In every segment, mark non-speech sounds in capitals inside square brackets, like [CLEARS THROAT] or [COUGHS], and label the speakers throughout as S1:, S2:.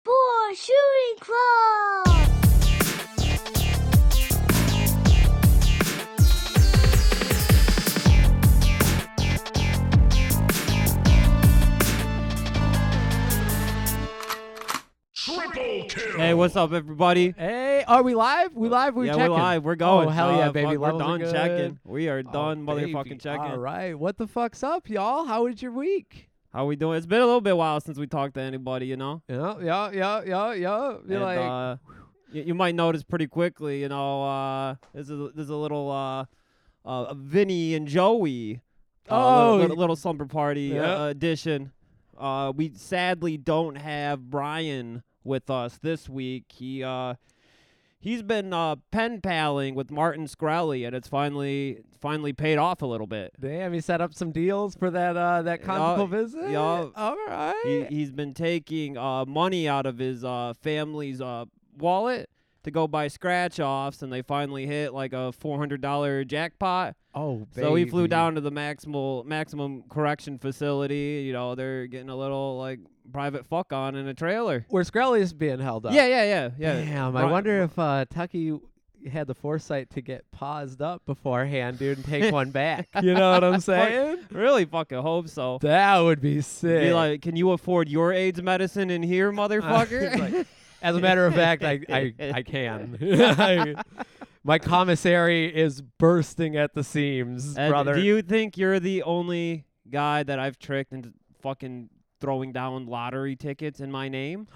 S1: Star Shooting Club!
S2: Triple kill.
S3: Hey, what's up, everybody?
S4: Hey, are we live? We live? We
S3: Uh, yeah,
S4: checking.
S3: we're live. We're going.
S4: Oh hell yeah,
S3: Uh,
S4: baby!
S3: fuck, we're
S4: Levels are
S3: done
S4: good.
S3: checking. We are done
S4: Oh,
S3: motherfucking
S4: baby.
S3: checking.
S4: All right, what the fuck's up, y'all? How was your week?
S3: How we doing? It's been a little bit while since we talked to anybody, you know.
S4: Yeah, yeah, yeah, yeah, yeah. Be
S3: And,
S4: like,
S3: uh, y- you might notice pretty quickly, you know, uh, there's a there's a little uh, uh, Vinny and Joey, uh,
S4: Oh,
S3: little,
S4: y-
S3: little, little slumber party
S4: Yeah.
S3: uh, edition. Uh, we sadly don't have Brian with us this week. He uh, he's been uh, pen paling with Martin Scrowley, and it's finally finally paid off a little bit.
S4: damn, you set up some deals for that uh that
S3: Yeah,
S4: conjugal visit.
S3: yeah.
S4: All right.
S3: He, he's been taking uh, money out of his uh, family's uh, wallet to go buy scratch offs, and they finally hit like a $400 jackpot.
S4: oh, baby.
S3: So he flew down to the maximal maximum correction facility. You know, they're getting a little like private fuck on in a trailer.
S4: where Scully's being held up.
S3: Yeah, yeah, yeah, yeah.
S4: Damn, I
S3: Bri-
S4: wonder if uh, Tucky had the foresight to get paused up beforehand, dude, and take
S3: [LAUGHS]
S4: one back. You know [LAUGHS] what I'm saying?
S3: Really fucking hope so.
S4: that would be sick.
S3: Be like, can you afford your AIDS medicine in here,
S4: [LAUGHS] Uh,
S3: motherfucker?
S4: it's like, as a matter of fact, I
S3: [LAUGHS]
S4: I, I can. [LAUGHS] I- my commissary is bursting at the seams,
S3: And
S4: brother.
S3: Uh, Do you think you're the only guy that I've tricked into fucking throwing down lottery tickets in my name?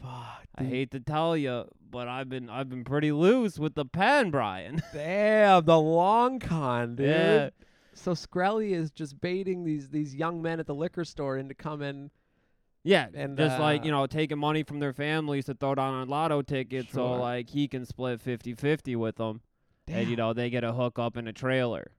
S4: Fuck,
S3: I
S4: dude.
S3: hate to tell you, but I've been I've been pretty loose with the pen, Brian. [LAUGHS]
S4: Damn, the long con, dude.
S3: Yeah.
S4: So Skrelly is just baiting these these young men at the liquor store into coming.
S3: yeah,
S4: And,
S3: just like you
S4: uh,
S3: know, taking money from their families to throw down on lotto tickets, so
S4: Sure.
S3: like he can split 50-50 with them, and you
S4: Damn.
S3: know they get a hook up in a trailer.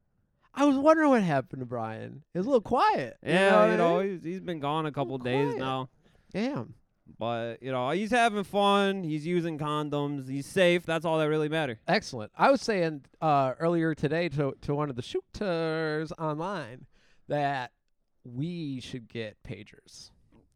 S4: I was wondering what happened to Brian. He was a little quiet. you know
S3: Yeah,
S4: what I
S3: you know,
S4: mean?
S3: he's, he's been gone a couple days
S4: quiet.
S3: now.
S4: Damn.
S3: But you know he's having fun. He's using condoms. He's safe. That's all that really matters.
S4: Excellent. I was saying uh, earlier today to, to one of the shooters online that we should get pagers.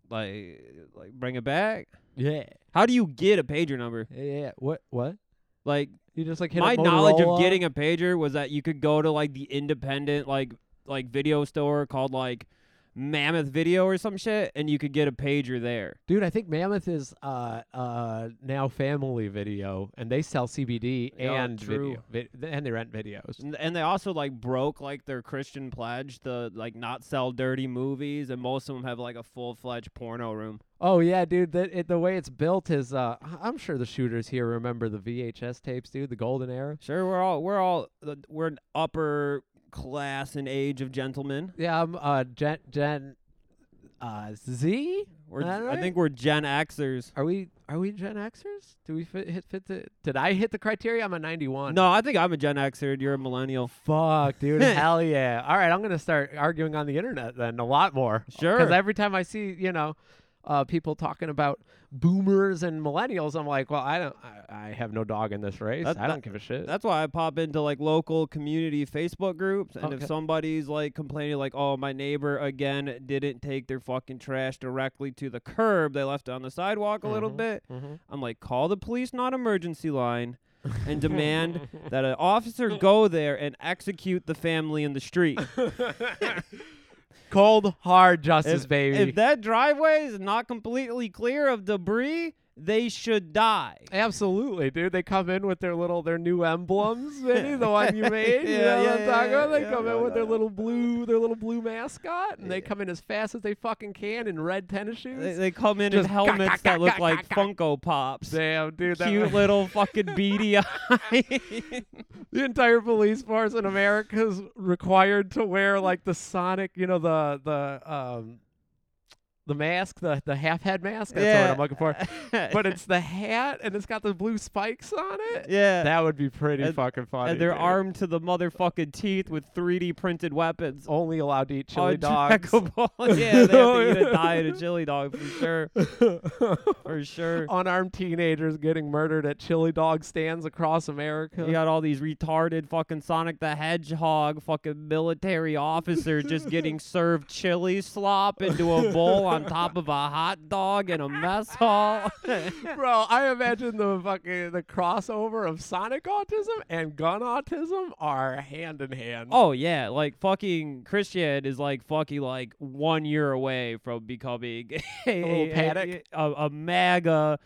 S3: Like, like bring it back.
S4: Yeah.
S3: How do you get a pager number?
S4: Yeah. What? What?
S3: Like
S4: You just like hit
S3: my
S4: a
S3: knowledge of
S4: Motorola?
S3: getting a pager was that you could go to like the independent like like video store called like Mammoth Video or some shit, and you could get a pager there.
S4: Dude, I think Mammoth is uh uh now family video, and they sell CBD
S3: Yeah,
S4: and
S3: true.
S4: video, vid- and they rent videos.
S3: And, and they also like broke like their Christian pledge to like not sell dirty movies, and most of them have like a full fledged porno room.
S4: Oh yeah, dude, the it, the way it's built is uh I- I'm sure the shooters here remember the VHS tapes, dude, the golden era.
S3: Sure, we're all we're all the- we're an upper class and age of gentlemen.
S4: Yeah, I'm uh Gen Gen uh Z.
S3: We're
S4: All
S3: I
S4: right.
S3: think we're Gen Xers.
S4: Are we are we Gen Xers? Do we fit hit fit the Did I hit the criteria? I'm a 91.
S3: No, I think I'm a Gen Xer. You're a millennial. [LAUGHS]
S4: Fuck, dude. hell yeah. All right, I'm going to start arguing on the internet then a lot more. Cuz
S3: Sure.
S4: every time I see, you know, uh, people talking about boomers and millennials, I'm like, well, I don't I, I have no dog in this race.
S3: That-
S4: I don't
S3: that-
S4: give a shit.
S3: That's why I pop into like local community Facebook groups, and
S4: Okay.
S3: if somebody's like complaining, like, "Oh, my neighbor again didn't take their fucking trash directly to the curb; they left it on the sidewalk a little
S4: Mhm.
S3: bit,"
S4: Mhm.
S3: I'm like, "Call the police, not emergency line, and demand that an officer go there and execute the family in the street."
S4: Cold hard justice,
S3: if,
S4: baby.
S3: if that driveway is not completely clear of debris, they should die.
S4: [LAUGHS] Absolutely, dude. They come in with their little their new emblems, Vinny, the one you
S3: [LAUGHS]
S4: made. you
S3: Yeah, yeah,
S4: know what I'm talking
S3: yeah,
S4: about? They
S3: yeah,
S4: come
S3: yeah,
S4: in with their
S3: yeah.
S4: little blue their little blue mascot and they come in as fast as they fucking can in red tennis
S3: They,
S4: shoes.
S3: they come in
S4: Just
S3: in helmets that look like Funko Pops.
S4: Damn, dude, that
S3: Cute little
S4: [LAUGHS]
S3: fucking beady eyes.
S4: the entire police force in America is required to wear like the Sonic, you know, the the um the mask, the the half head mask. That's the
S3: Yeah. [LAUGHS]
S4: what I'm looking for. But it's the hat and it's got the blue spikes on it.
S3: yeah,
S4: That would be pretty
S3: And-
S4: fucking funny.
S3: and they're
S4: dude.
S3: armed to the motherfucking teeth with 3D printed weapons.
S4: only allowed to eat chili dogs.
S3: Untrackable. [LAUGHS] yeah, they have to eat a diet of chili dog for sure,
S4: [LAUGHS]
S3: for sure.
S4: [LAUGHS] Unarmed teenagers getting murdered at chili dog stands across America.
S3: You got all these retarded fucking Sonic the
S4: [LAUGHS]
S3: Hedgehog fucking military officers just getting served chili slop into a bowl on top of a hot dog in a mess hall. [LAUGHS]
S4: [LAUGHS] Bro, I imagine the fucking the crossover of Sonic autism and gun autism are hand in hand.
S3: oh yeah, like fucking Christian is like fucking like one year away from becoming [LAUGHS] a,
S4: little paddock.
S3: a, a, MAGA.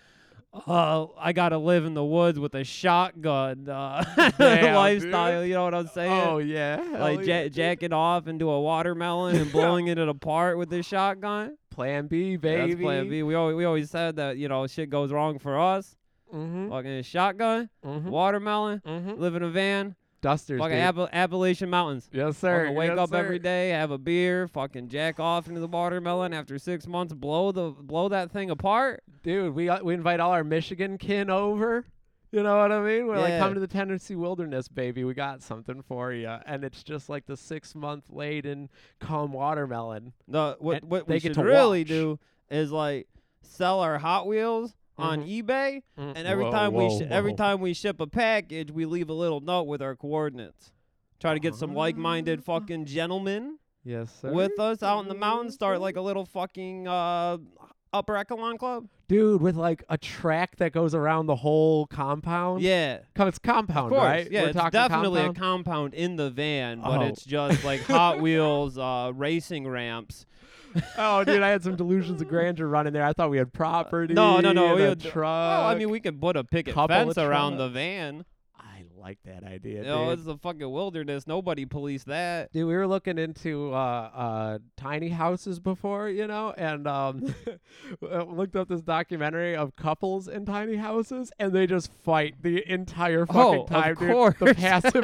S3: Uh, I gotta live in the woods with a shotgun uh, [LAUGHS]
S4: Damn,
S3: lifestyle.
S4: dude.
S3: You know what I'm saying?
S4: Oh, yeah. hell
S3: like
S4: yeah.
S3: ja- jacking off into a watermelon
S4: [LAUGHS]
S3: and blowing it apart with this shotgun.
S4: Plan B, baby.
S3: That's plan B. We always we always said that you know shit goes wrong for us.
S4: Mm-hmm.
S3: Fucking shotgun,
S4: Mm-hmm.
S3: watermelon,
S4: Mm-hmm.
S3: live in a van,
S4: Dusters.
S3: fucking
S4: dude.
S3: Appa- Appalachian mountains.
S4: yes,
S3: Fucking
S4: sir.
S3: wake
S4: yes,
S3: up
S4: sir.
S3: every day, have a beer, fucking jack off into the watermelon. After six months, blow the blow that thing apart.
S4: dude. We uh, we invite all our Michigan kin over. You know what I mean? We're like,
S3: Yeah.
S4: come to the Tennessee wilderness, baby. We got something for you, and it's just like the six month laden calm watermelon.
S3: No, what
S4: And
S3: what
S4: they
S3: we
S4: get
S3: should
S4: to
S3: really
S4: watch.
S3: do is like sell our Hot Wheels on
S4: Mm-hmm.
S3: eBay, and every
S4: Mm, Whoa,
S3: time we
S4: whoa,
S3: sh- every
S4: whoa.
S3: time we ship a package, we leave a little note with our coordinates. Try to get some like-minded
S4: Ah.
S3: fucking gentlemen
S4: Yes, sir.
S3: with us out in the mountains. Start like a little fucking uh, upper echelon club.
S4: dude, with like a track that goes around the whole compound.
S3: Yeah.
S4: Co- it's compound,
S3: Of course,
S4: right?
S3: yeah,
S4: We're
S3: it's
S4: talking
S3: definitely
S4: compound?
S3: a compound in the van, but
S4: Oh.
S3: it's just [LAUGHS] like Hot Wheels uh, racing ramps.
S4: oh, dude, I had some delusions of grandeur running there. I thought we had property.
S3: No, no, no,
S4: and
S3: we
S4: a
S3: would-
S4: truck.
S3: Well, Oh, I mean, we could put a picket
S4: Couple of
S3: fence around the van.
S4: I like that idea.
S3: You know,
S4: dude.
S3: it's the fucking wilderness. Nobody policed that.
S4: Dude, we were looking into uh, uh, tiny houses before, you know, and um, [LAUGHS] I looked up this documentary of couples in tiny houses, and they just fight the entire fucking
S3: Oh, of
S4: time, dude. The
S3: course.
S4: passive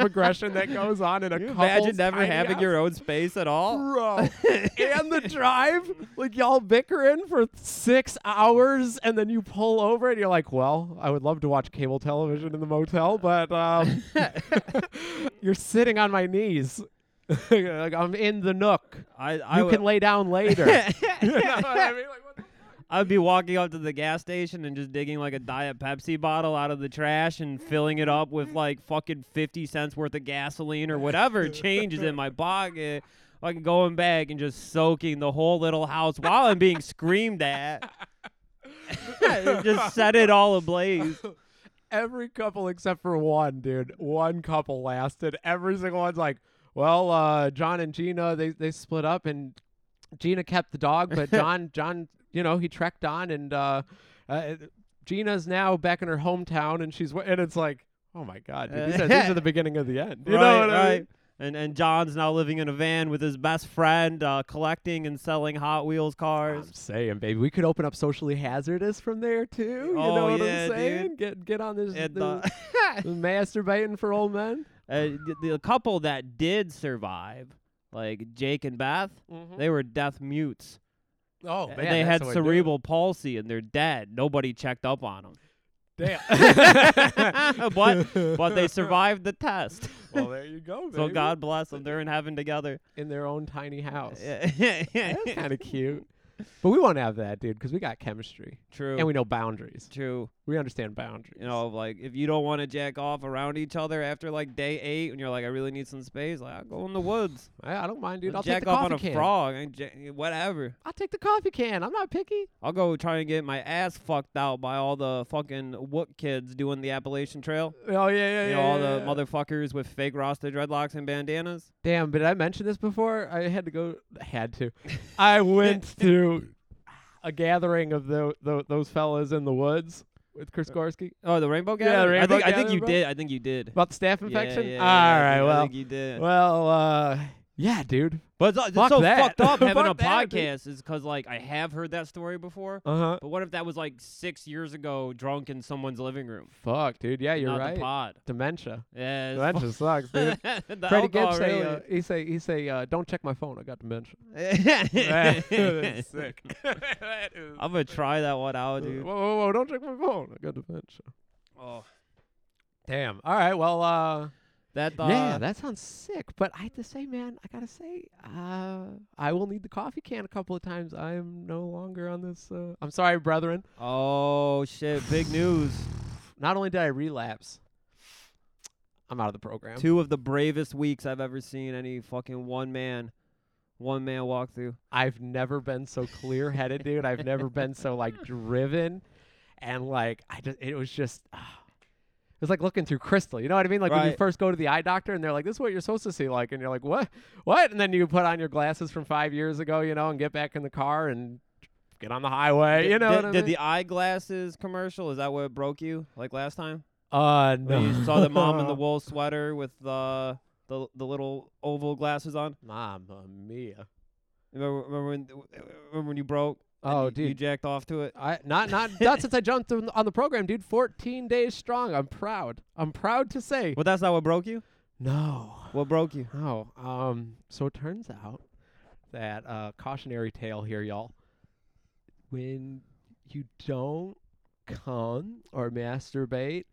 S3: [LAUGHS]
S4: aggression that goes on in a couple.
S3: Imagine never having your own space at [LAUGHS] all.
S4: bro [LAUGHS] and the drive, like y'all bickering for six hours, and then you pull over and you're like, "Well, I would love to watch cable television in the motel, but um, [LAUGHS] you're sitting on my knees." [LAUGHS] like I'm in the nook.
S3: I, I
S4: You
S3: would, [LAUGHS]
S4: can lay down later. [LAUGHS] You know what I mean? Like, what the-
S3: I'd be walking up to the gas station and just digging like a diet Pepsi bottle out of the trash and filling it up with like fucking fifty cents worth of gasoline or [LAUGHS] whatever changes in my pocket. Like going back and just soaking the whole little house while I'm being screamed at. [LAUGHS] just set it all [LAUGHS] ablaze.
S4: Every couple except for one, dude. One couple lasted. Every single one's like, well, uh, John and Gina, they they split up, and Gina kept the
S3: [LAUGHS]
S4: dog, but John, John, you know, he trekked on, and uh, uh, Gina's now back in her hometown, and she's wi- and it's like, oh my god, dude, these, are,
S3: [LAUGHS]
S4: these are the beginning of the end. You know
S3: Right,
S4: what I mean?
S3: right. And and John's now living in a van with his best friend, uh, collecting and selling Hot Wheels cars.
S4: I'm saying, baby, we could open up socially hazardous from there too. You
S3: Oh,
S4: know what
S3: yeah,
S4: I'm
S3: dude.
S4: saying? Get get on this,
S3: And,
S4: the-
S3: uh,
S4: the [LAUGHS] masturbating for old men.
S3: uh, the, the couple that did survive, like Jake and Beth,
S4: Mm-hmm.
S3: they were deaf mutes.
S4: Oh,
S3: And Mm-hmm. they had cerebral palsy and they're dead. Nobody checked up on them.
S4: [LAUGHS] Damn.
S3: [LAUGHS]
S4: [LAUGHS]
S3: but but they survived the test.
S4: Well, there you go.
S3: So
S4: baby.
S3: God bless them. They're in heaven together.
S4: in their own tiny house.
S3: [LAUGHS]
S4: [LAUGHS] That's
S3: True.
S4: kind of cute. But we won't have that, dude, because we got chemistry and we know boundaries.
S3: True.
S4: We understand boundaries.
S3: you know, like if you don't want to jack off around each other after like day eight, and you're like, I really need some space, like I'll go in the woods,
S4: I, I don't mind, dude. I'll
S3: jack
S4: take the
S3: off
S4: coffee
S3: on a
S4: can.
S3: frog, and ja- whatever.
S4: I'll take the coffee can. I'm not picky.
S3: I'll go try and get my ass fucked out by all the fucking wook kids doing the Appalachian Trail.
S4: Oh yeah, yeah,
S3: You
S4: yeah.
S3: know, all
S4: yeah,
S3: the
S4: yeah.
S3: motherfuckers with fake Rasta dreadlocks and bandanas.
S4: Damn, did I mention this before? I had to go. Had
S3: [LAUGHS]
S4: to. I went to a gathering of the, tho- those fellas in the woods with Chris Gorski
S3: Oh, the Rainbow
S4: Yeah,
S3: Gathering. I
S4: Rainbow
S3: think I think
S4: Gathering,
S3: you
S4: bro.
S3: did. I think you did.
S4: about the staph
S3: Yeah,
S4: infection.
S3: yeah, yeah, I
S4: All right,
S3: think- I
S4: well,
S3: think you did.
S4: well, uh, yeah, dude.
S3: But it's, it's
S4: fuck
S3: so
S4: that.
S3: fucked
S4: [LAUGHS]
S3: up having a
S4: Fuck that, dude.
S3: podcast is because like I have heard that story before.
S4: Uh huh.
S3: But what if that was like six years ago, drunk in someone's living room?
S4: Fuck, dude. Yeah, you're
S3: Not
S4: right.
S3: The pod.
S4: Dementia.
S3: Yeah. it's
S4: Dementia sucks, dude.
S3: fu- [LAUGHS] the
S4: Freddie
S3: alcohol
S4: Gibbs say
S3: really-
S4: uh, he say he say uh, don't check my phone. I got dementia. [LAUGHS]
S3: That's
S4: sick. [LAUGHS] that is.
S3: I'm gonna try that one out,
S4: Whoa,
S3: dude.
S4: whoa, whoa! Don't check my phone. I got dementia.
S3: Oh,
S4: Damn. All right. Well. uh...
S3: that
S4: yeah,
S3: uh,
S4: that sounds sick. But I have to say, man, I gotta say, uh, I will need the coffee can a couple of times. I am no longer on this. Uh, I'm sorry, brethren.
S3: Oh shit! Big news.
S4: Not only did I relapse, I'm out of the program.
S3: Two of the bravest weeks I've ever seen any fucking one man. one man walkthrough.
S4: I've never been so clear headed, dude. I've never been so like driven, and like I just it was just. ah. It was like looking through crystal. You know what I mean? Like when you
S3: Right.
S4: first go to the eye doctor and they're like, "This is what you're supposed to see," like, and you're like, "What? What?" And then you put on your glasses from five years ago, you know, and get back in the car and get on the highway. you know?
S3: did,
S4: what I
S3: did
S4: mean?
S3: the eyeglasses commercial? Is that what broke you like last time?
S4: uh
S3: When
S4: no.
S3: Oh, you saw the mom
S4: [LAUGHS]
S3: in the wool sweater with the the the little oval glasses on.
S4: Mamma mia.
S3: Remember, remember when remember when you broke? and
S4: Oh,
S3: you, you
S4: dude.
S3: jacked off to it.
S4: I not not
S3: [LAUGHS]
S4: not since I jumped on on the program, dude. Fourteen days strong. I'm proud. I'm proud to say.
S3: Well, that's not what broke you.
S4: No.
S3: What broke you?
S4: Oh, um, so it turns out that uh, cautionary tale here, y'all. When you don't come or masturbate,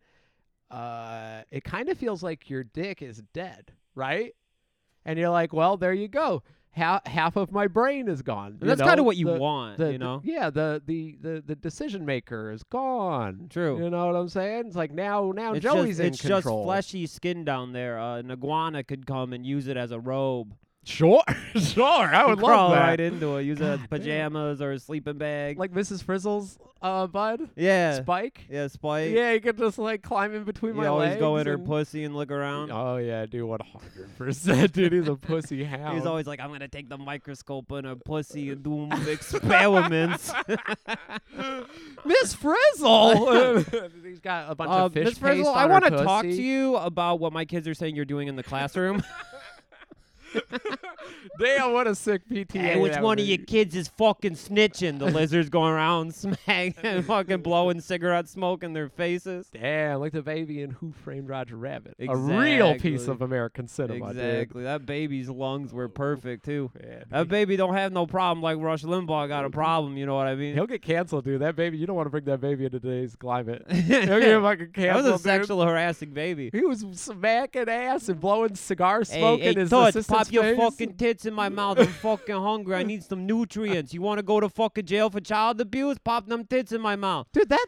S4: uh, it kind of feels like your dick is dead, right? And you're like, well, there you go. Half half of my brain is gone. you
S3: And that's
S4: know?
S3: kind of what you
S4: The-
S3: want,
S4: the-
S3: you
S4: the-
S3: know.
S4: yeah, the, the the the decision maker is gone.
S3: True.
S4: You know what I'm saying? It's like now now
S3: it's
S4: Joey's
S3: just,
S4: in
S3: it's
S4: control.
S3: just fleshy skin down there. Uh, an iguana could come and use it as a robe.
S4: Sure, [LAUGHS] sure. Oh, I would
S3: crawl
S4: love that.
S3: right into it. Use it as
S4: [LAUGHS] God damn.
S3: pajamas or a sleeping bag.
S4: like Mrs. Frizzle's uh, bud
S3: yeah,
S4: Spike.
S3: yeah, spike.
S4: Yeah, he could just like climb in between
S3: you
S4: my
S3: always
S4: legs.
S3: go in her
S4: and-
S3: pussy and look around.
S4: Oh yeah, dude, one hundred percent, dude. [LAUGHS] He's a pussy hound.
S3: He's always like, I'm gonna take the microscope in her pussy and
S4: [LAUGHS]
S3: do [LAUGHS] experiments.
S4: Miss [LAUGHS] Frizzle. He's got a bunch
S3: Uh,
S4: of fish
S3: Miss
S4: paste
S3: Frizzle,
S4: on
S3: I
S4: want to
S3: talk to you about what my kids are saying you're doing in the classroom.
S4: Damn, what a sick PTA.
S3: hey, which
S4: that
S3: one
S4: would
S3: of you
S4: be.
S3: kids is fucking snitching? The lizard's going around [LAUGHS] smacking, fucking blowing cigarette smoke in their faces.
S4: Damn, like the baby in Who Framed Roger Rabbit. A real piece
S3: Exactly.
S4: of American cinema, dude.
S3: Exactly. That baby's lungs were perfect too.
S4: Yeah, dude.
S3: That baby don't have no problem like Rush Limbaugh got a problem. You know what I mean? [LAUGHS]
S4: He'll get canceled, dude. That baby, you don't want to bring that baby into today's [LAUGHS] climate. He'll get
S3: that
S4: fucking canceled.
S3: was a
S4: dude.
S3: sexual harassing baby.
S4: He was smacking ass and blowing cigar
S3: Hey,
S4: smoke
S3: hey,
S4: in his
S3: Toots,
S4: assistant's
S3: pop your
S4: face.
S3: fucking tits in my mouth. I'm fucking hungry. I need some nutrients. You want to go to fucking jail for child abuse? Pop them tits in my mouth.
S4: Dude, that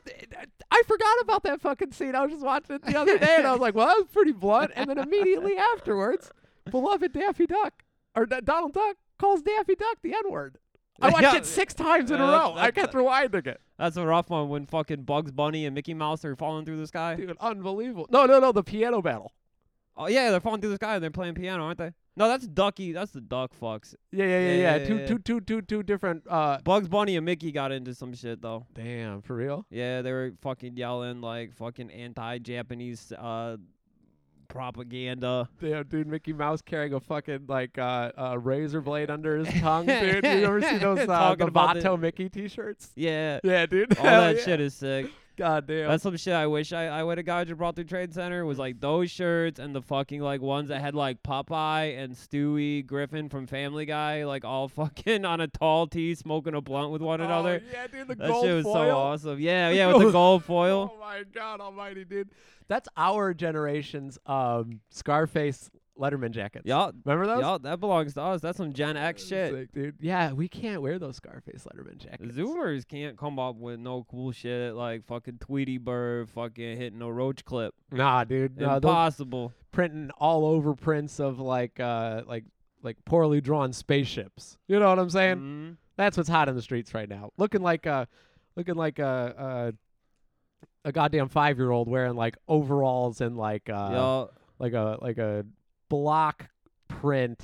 S4: I forgot about that fucking scene. I was just watching it the other day, and I was like, "Well, that was pretty blunt." And then immediately afterwards, beloved Daffy Duck or D- Donald Duck calls Daffy Duck the N word. I
S3: [LAUGHS]
S4: watched
S3: Yeah. Uh,
S4: it six times in a
S3: Yeah, that's-
S4: row. I
S3: that's-
S4: kept rewinding it.
S3: That's a rough one when fucking Bugs Bunny and Mickey Mouse are falling through the sky.
S4: Dude, unbelievable. No, no, no. The piano battle.
S3: Oh yeah, they're falling through the sky and they're playing piano, aren't they? No, that's Ducky. That's the Duck fucks.
S4: Yeah, yeah, yeah,
S3: Yeah,
S4: yeah.
S3: yeah,
S4: Two,
S3: yeah.
S4: two, two, two, two different. Uh,
S3: Bugs Bunny and Mickey got into some shit though.
S4: damn, for real.
S3: Yeah, they were fucking yelling like fucking anti-Japanese uh, propaganda.
S4: Damn, dude, Mickey Mouse carrying a fucking like uh, uh, razor blade under
S3: [LAUGHS]
S4: his tongue, dude. You ever see those uh,
S3: Talking
S4: the
S3: about the-
S4: Vato Mickey T-shirts? [LAUGHS]
S3: Yeah,
S4: Yeah, dude.
S3: all
S4: Hell
S3: that
S4: yeah.
S3: shit is
S4: [LAUGHS]
S3: sick.
S4: God damn.
S3: That's some shit I wish I, I would have got you brought through Trade Center was like those shirts and the fucking like ones that had like Popeye and Stewie Griffin from Family Guy like all [LAUGHS] fucking on a tall tee smoking a blunt with one another.
S4: Yeah, dude. The
S3: That
S4: Oh, gold
S3: shit was
S4: foil.
S3: so awesome.
S4: [LAUGHS]
S3: Yeah, yeah, with the
S4: gold-
S3: gold foil.
S4: Oh my God, Almighty, dude. That's our generation's um, Scarface Letterman jackets.
S3: Yup,
S4: Remember those?
S3: yup, that belongs to us. That's some Gen X shit.
S4: Sick, dude. Yeah, we can't wear those Scarface Letterman jackets.
S3: Zoomers can't come up with no cool shit like fucking Tweety Bird fucking hitting a roach clip.
S4: Nah, dude. No, those
S3: Impossible.
S4: printing all over prints of like, uh, like, like poorly drawn spaceships. You know what I'm saying?
S3: Mhm.
S4: That's what's hot in the streets right now. Looking like a, looking like a, a, a goddamn five year old wearing like overalls and like uh
S3: Yo,
S4: like a like a block print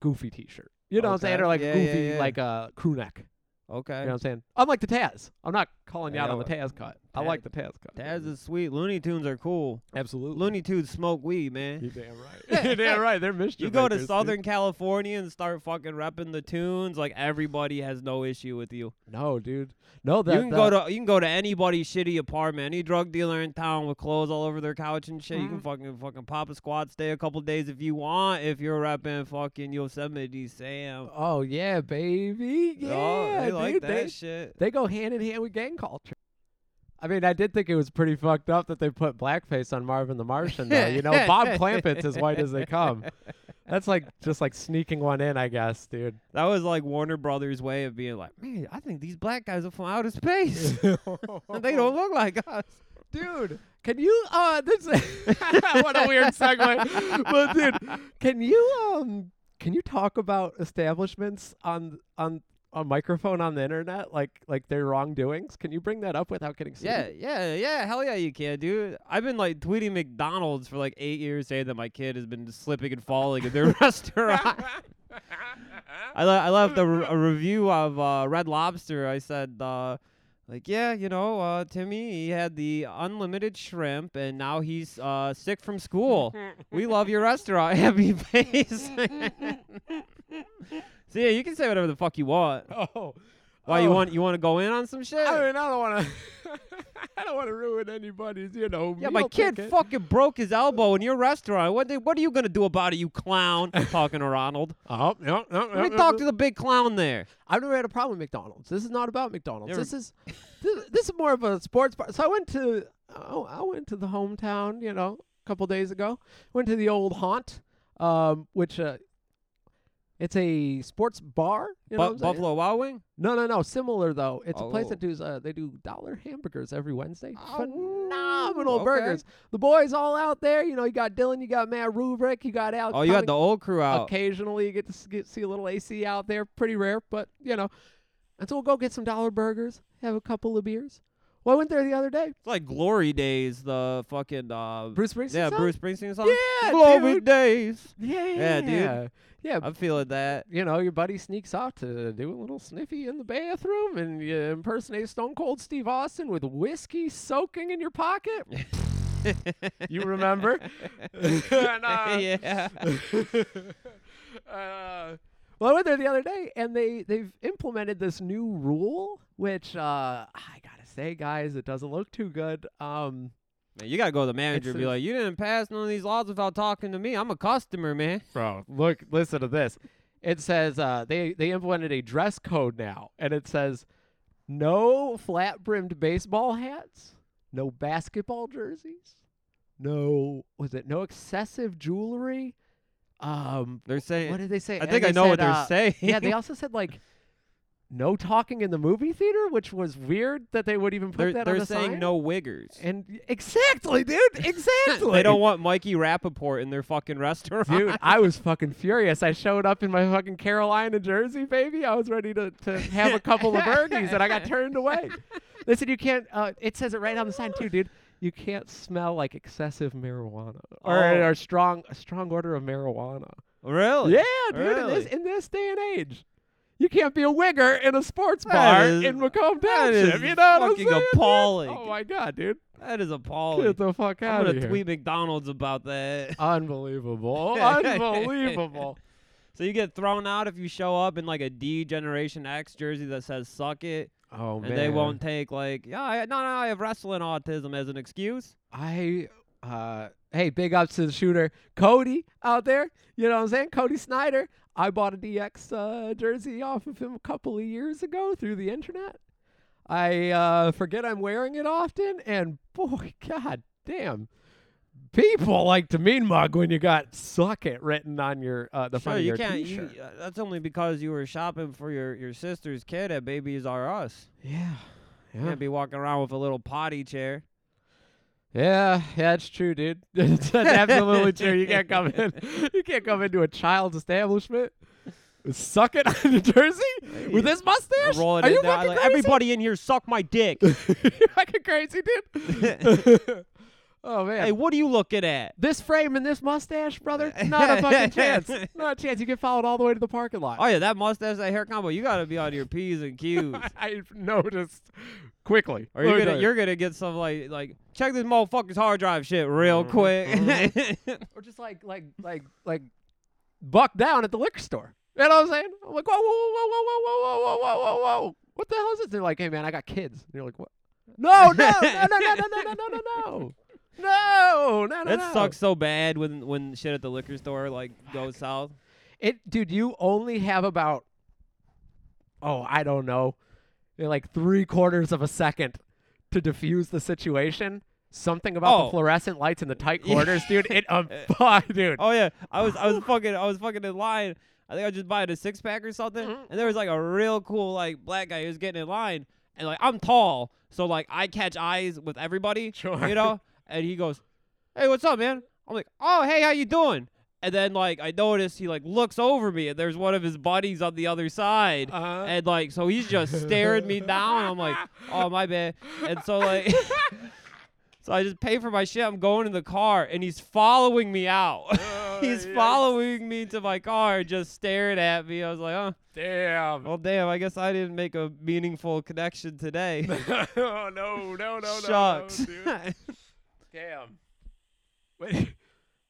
S4: goofy t shirt. You know what I'm saying?
S3: Okay.
S4: Or like
S3: Yeah, yeah,
S4: goofy
S3: yeah.
S4: like a crew neck.
S3: okay.
S4: You know what I'm saying? Unlike the Taz. I'm not calling you out
S3: Yeah,
S4: on the Taz cut. I
S3: Taz-
S4: like the Taz cut.
S3: Taz is sweet. Looney Tunes are cool.
S4: absolutely
S3: Looney Tunes smoke weed, man.
S4: You damn
S3: [LAUGHS]
S4: right. [LAUGHS] you damn right. They're mischief.
S3: You go to
S4: makers, dude.
S3: Southern California and start fucking repping the tunes, like everybody has no issue with you.
S4: No, dude. No, that
S3: you can go to you can go to anybody's shitty apartment, any drug dealer in town with clothes all over their couch and shit. You
S4: Mm-hmm.
S3: can fucking fucking pop a squat, stay a couple days if you want, if you're repping fucking Yosemite Sam.
S4: Oh yeah, baby. Yeah,
S3: oh, they like
S4: dude,
S3: that
S4: they,
S3: shit.
S4: they go hand in hand with gang culture. I mean, I did think it was pretty fucked up that they put blackface on Marvin the Martian, though. You know,
S3: [LAUGHS]
S4: Bob Clampett's as white as they come. That's like just like sneaking one in, I guess,
S3: [LAUGHS]
S4: dude.
S3: That was like Warner Brothers' way
S4: [LAUGHS]
S3: of being like, man, I think these black guys are from outer space. [LAUGHS]
S4: they
S3: they don't look like us.
S4: dude. Can you uh this [LAUGHS] what a weird segue. But dude, can you um can you talk about establishments on on a microphone on the internet like like their wrongdoings? Can you bring that up without getting sued?
S3: Yeah, yeah, yeah. Hell yeah, you can, dude. I've been like tweeting McDonald's for like eight years, saying that my kid has been slipping and falling in their [LAUGHS] restaurant. I, le- I left a, re- a review of uh, Red Lobster. I said, uh, like, yeah, you know, uh, Timmy, he had the unlimited shrimp, and now he's uh, sick from school. we love your restaurant, [LAUGHS] Happy [LAUGHS] Face. so yeah, you can say whatever the fuck you want.
S4: Oh.
S3: Why you
S4: Oh.
S3: want you want to go in on some shit?
S4: I mean, I don't want to. [LAUGHS] I don't want to ruin anybody's, you know.
S3: Yeah, my
S4: meal
S3: kid
S4: ticket.
S3: fucking broke his elbow in your restaurant. What, the- what are you gonna do about it, you clown?
S4: [LAUGHS]
S3: talking to Ronald.
S4: Oh, no, no, no,
S3: Let
S4: no,
S3: me talk
S4: no.
S3: to the big clown there.
S4: I've never had a problem with McDonald's. This is not about McDonald's.
S3: Never-
S4: This is this, this is more of a sports bar. So I went to oh, I went to the hometown, you know, a couple days ago. Went to the old haunt, um, which uh, it's a sports bar. You know
S3: Bu-
S4: what I'm saying?
S3: Buffalo Wild Wing.
S4: No, no, no. Similar though. It's a place
S3: Oh.
S4: that does uh, they do dollar hamburgers every Wednesday.
S3: Oh,
S4: Phenomenal
S3: okay.
S4: burgers. The boys all out there. You know, you got Dylan, you got Matt Rubrick, you got Alex.
S3: Oh, you had
S4: Connick.
S3: the old crew out.
S4: Occasionally, you get to s- get, see a little AC out there. Pretty rare, but you know. And so we'll go get some dollar burgers, have a couple of beers. Well, I went there the other day.
S3: It's like Glory Days, the fucking uh,
S4: Bruce Springsteen.
S3: yeah,
S4: song?
S3: Bruce Springsteen song.
S4: Yeah,
S3: Glory
S4: dude. [LAUGHS]
S3: Days.
S4: Yeah,
S3: Yeah, dude.
S4: Yeah,
S3: I'm feeling that. [LAUGHS]
S4: you know, your buddy sneaks off to do a little sniffy in the bathroom and you impersonate Stone Cold Steve Austin with whiskey soaking in your pocket. you remember? [LAUGHS] And, uh,
S3: yeah.
S4: uh, well, I went there the other day, and they they've implemented this new rule, which uh, I gotta say, guys, it doesn't look too good. Um,
S3: Man, you gotta go to the manager and be
S4: a-
S3: like, you didn't pass none of these laws without talking to me. I'm a customer, man.
S4: bro, look, listen to this. It says uh, they they implemented a dress code now, and it says no flat brimmed baseball hats, no basketball jerseys, no was it no excessive jewelry. Um,
S3: They're saying.
S4: what did they say?
S3: Eh, I
S4: And
S3: think
S4: they
S3: I know what
S4: said,
S3: they're
S4: uh,
S3: saying.
S4: Yeah,
S3: [LAUGHS]
S4: they also said like no talking in the movie theater, which was weird that they would even put
S3: they're
S4: that
S3: they're
S4: on the
S3: saying
S4: sign.
S3: no wiggers.
S4: And exactly, dude,
S3: [LAUGHS]
S4: exactly.
S3: They don't want Mikey Rappaport in their fucking restaurant.
S4: Dude, I was fucking furious. I showed up in my fucking Carolina jersey, baby. I was ready to, to have a couple of burgies, and I got turned away. They said you can't. Uh, it says it right on the sign too, dude. You can't smell like excessive marijuana or,
S3: Oh.
S4: or strong a strong order of marijuana.
S3: [LAUGHS] really?
S4: Yeah, dude. In this
S3: Really?
S4: in this day and age, you can't be a wigger in a sports
S3: That
S4: bar
S3: is-
S4: in Macomb
S3: that
S4: Township.
S3: is
S4: you know what I'm
S3: fucking
S4: saying, dude?
S3: appalling.
S4: Oh my god, dude.
S3: That is appalling.
S4: Get the fuck
S3: I'm
S4: out of
S3: gonna
S4: here.
S3: tweet McDonald's about that. [LAUGHS]
S4: Unbelievable. Unbelievable.
S3: So you get thrown out if you show up in like a D Generation X jersey that says "suck it,"
S4: Oh
S3: and they won't take like, yeah, I, no, no, I have wrestling autism as an excuse.
S4: I uh hey, big ups to the shooter Cody out there. You know what I'm saying? Cody Snyder. I bought a DX uh, jersey off of him a couple of years ago through the internet. I uh, forget I'm wearing it often, and boy, [LAUGHS] god damn, people like to mean mug when you got "suck it" written on your uh, the front
S3: sure,
S4: of
S3: you
S4: your
S3: can't. You,
S4: t-shirt.
S3: uh, that's only because you were shopping for your your sister's kid at Babies R Us.
S4: yeah,
S3: You
S4: yeah,
S3: Can't be walking around with a little potty chair.
S4: Yeah, yeah, it's true, dude. [LAUGHS] That's absolutely true. You can't come in. [LAUGHS] You can't come into a child's establishment. Suck it [LAUGHS] on your jersey with this mustache.
S3: Roll it
S4: Are
S3: in
S4: you
S3: there,
S4: fucking
S3: like,
S4: crazy?
S3: Everybody in here, suck my
S4: [LAUGHS]
S3: dick.
S4: you
S3: [LAUGHS]
S4: fucking crazy, dude. oh man.
S3: hey, what are you looking at?
S4: this frame and this mustache,
S3: [LAUGHS]
S4: brother, not a fucking chance. Not a chance. You get followed all the way to the parking lot.
S3: Oh yeah, that mustache, that hair combo. You gotta be on your p's and
S4: [LAUGHS]
S3: q's.
S4: I've noticed quickly.
S3: Or you're
S4: Let me
S3: gonna
S4: tell you.
S3: you're gonna get some like like check this motherfucker's hard drive shit real quick. [LAUGHS]
S4: or just like like like like buck down at the liquor store. You know what I'm saying? I'm like, whoa, whoa, whoa, whoa, whoa, whoa, whoa, whoa, whoa, whoa. What the hell is this? They're like, hey man, I got kids. And you're like, what? No, no, no, no, no, no, no, no, no, no, no, no, no.
S3: that
S4: no.
S3: sucks so bad when when shit at the liquor store like goes south.
S4: It, dude, you only have about, oh, I don't know, like three quarters of a second to diffuse the situation. Something about
S3: Oh.
S4: the fluorescent lights in
S3: [LAUGHS]
S4: the tight quarters, dude. It, um, [LAUGHS] fuck, dude.
S3: Oh yeah, I was I was fucking I was fucking in line.
S4: Mm-hmm.
S3: I think I was just buying a six pack or something, and there was like a real cool like black guy who was getting in line, and like I'm tall, so like I catch eyes with everybody,
S4: Sure.
S3: you know. And he goes, "Hey, what's up, man?" I'm like, "Oh, hey, how you doing?" And then like I notice he like looks over me, and there's one of his buddies on the other side,
S4: Uh-huh.
S3: and like so he's just
S4: [LAUGHS]
S3: staring me down. I'm like, "Oh, my bad," and so like. [LAUGHS] So I just pay for my shit. I'm going in the car, and he's following me out. [LAUGHS] he's
S4: yikes.
S3: following me to my car, just staring at me. I was like, "Oh,
S4: Damn.
S3: well, damn. I guess I didn't make a meaningful connection
S4: [LAUGHS]
S3: today."
S4: [LAUGHS] oh no, no, no, no,
S3: Shucks.
S4: no, dude. [LAUGHS] Damn. Wait.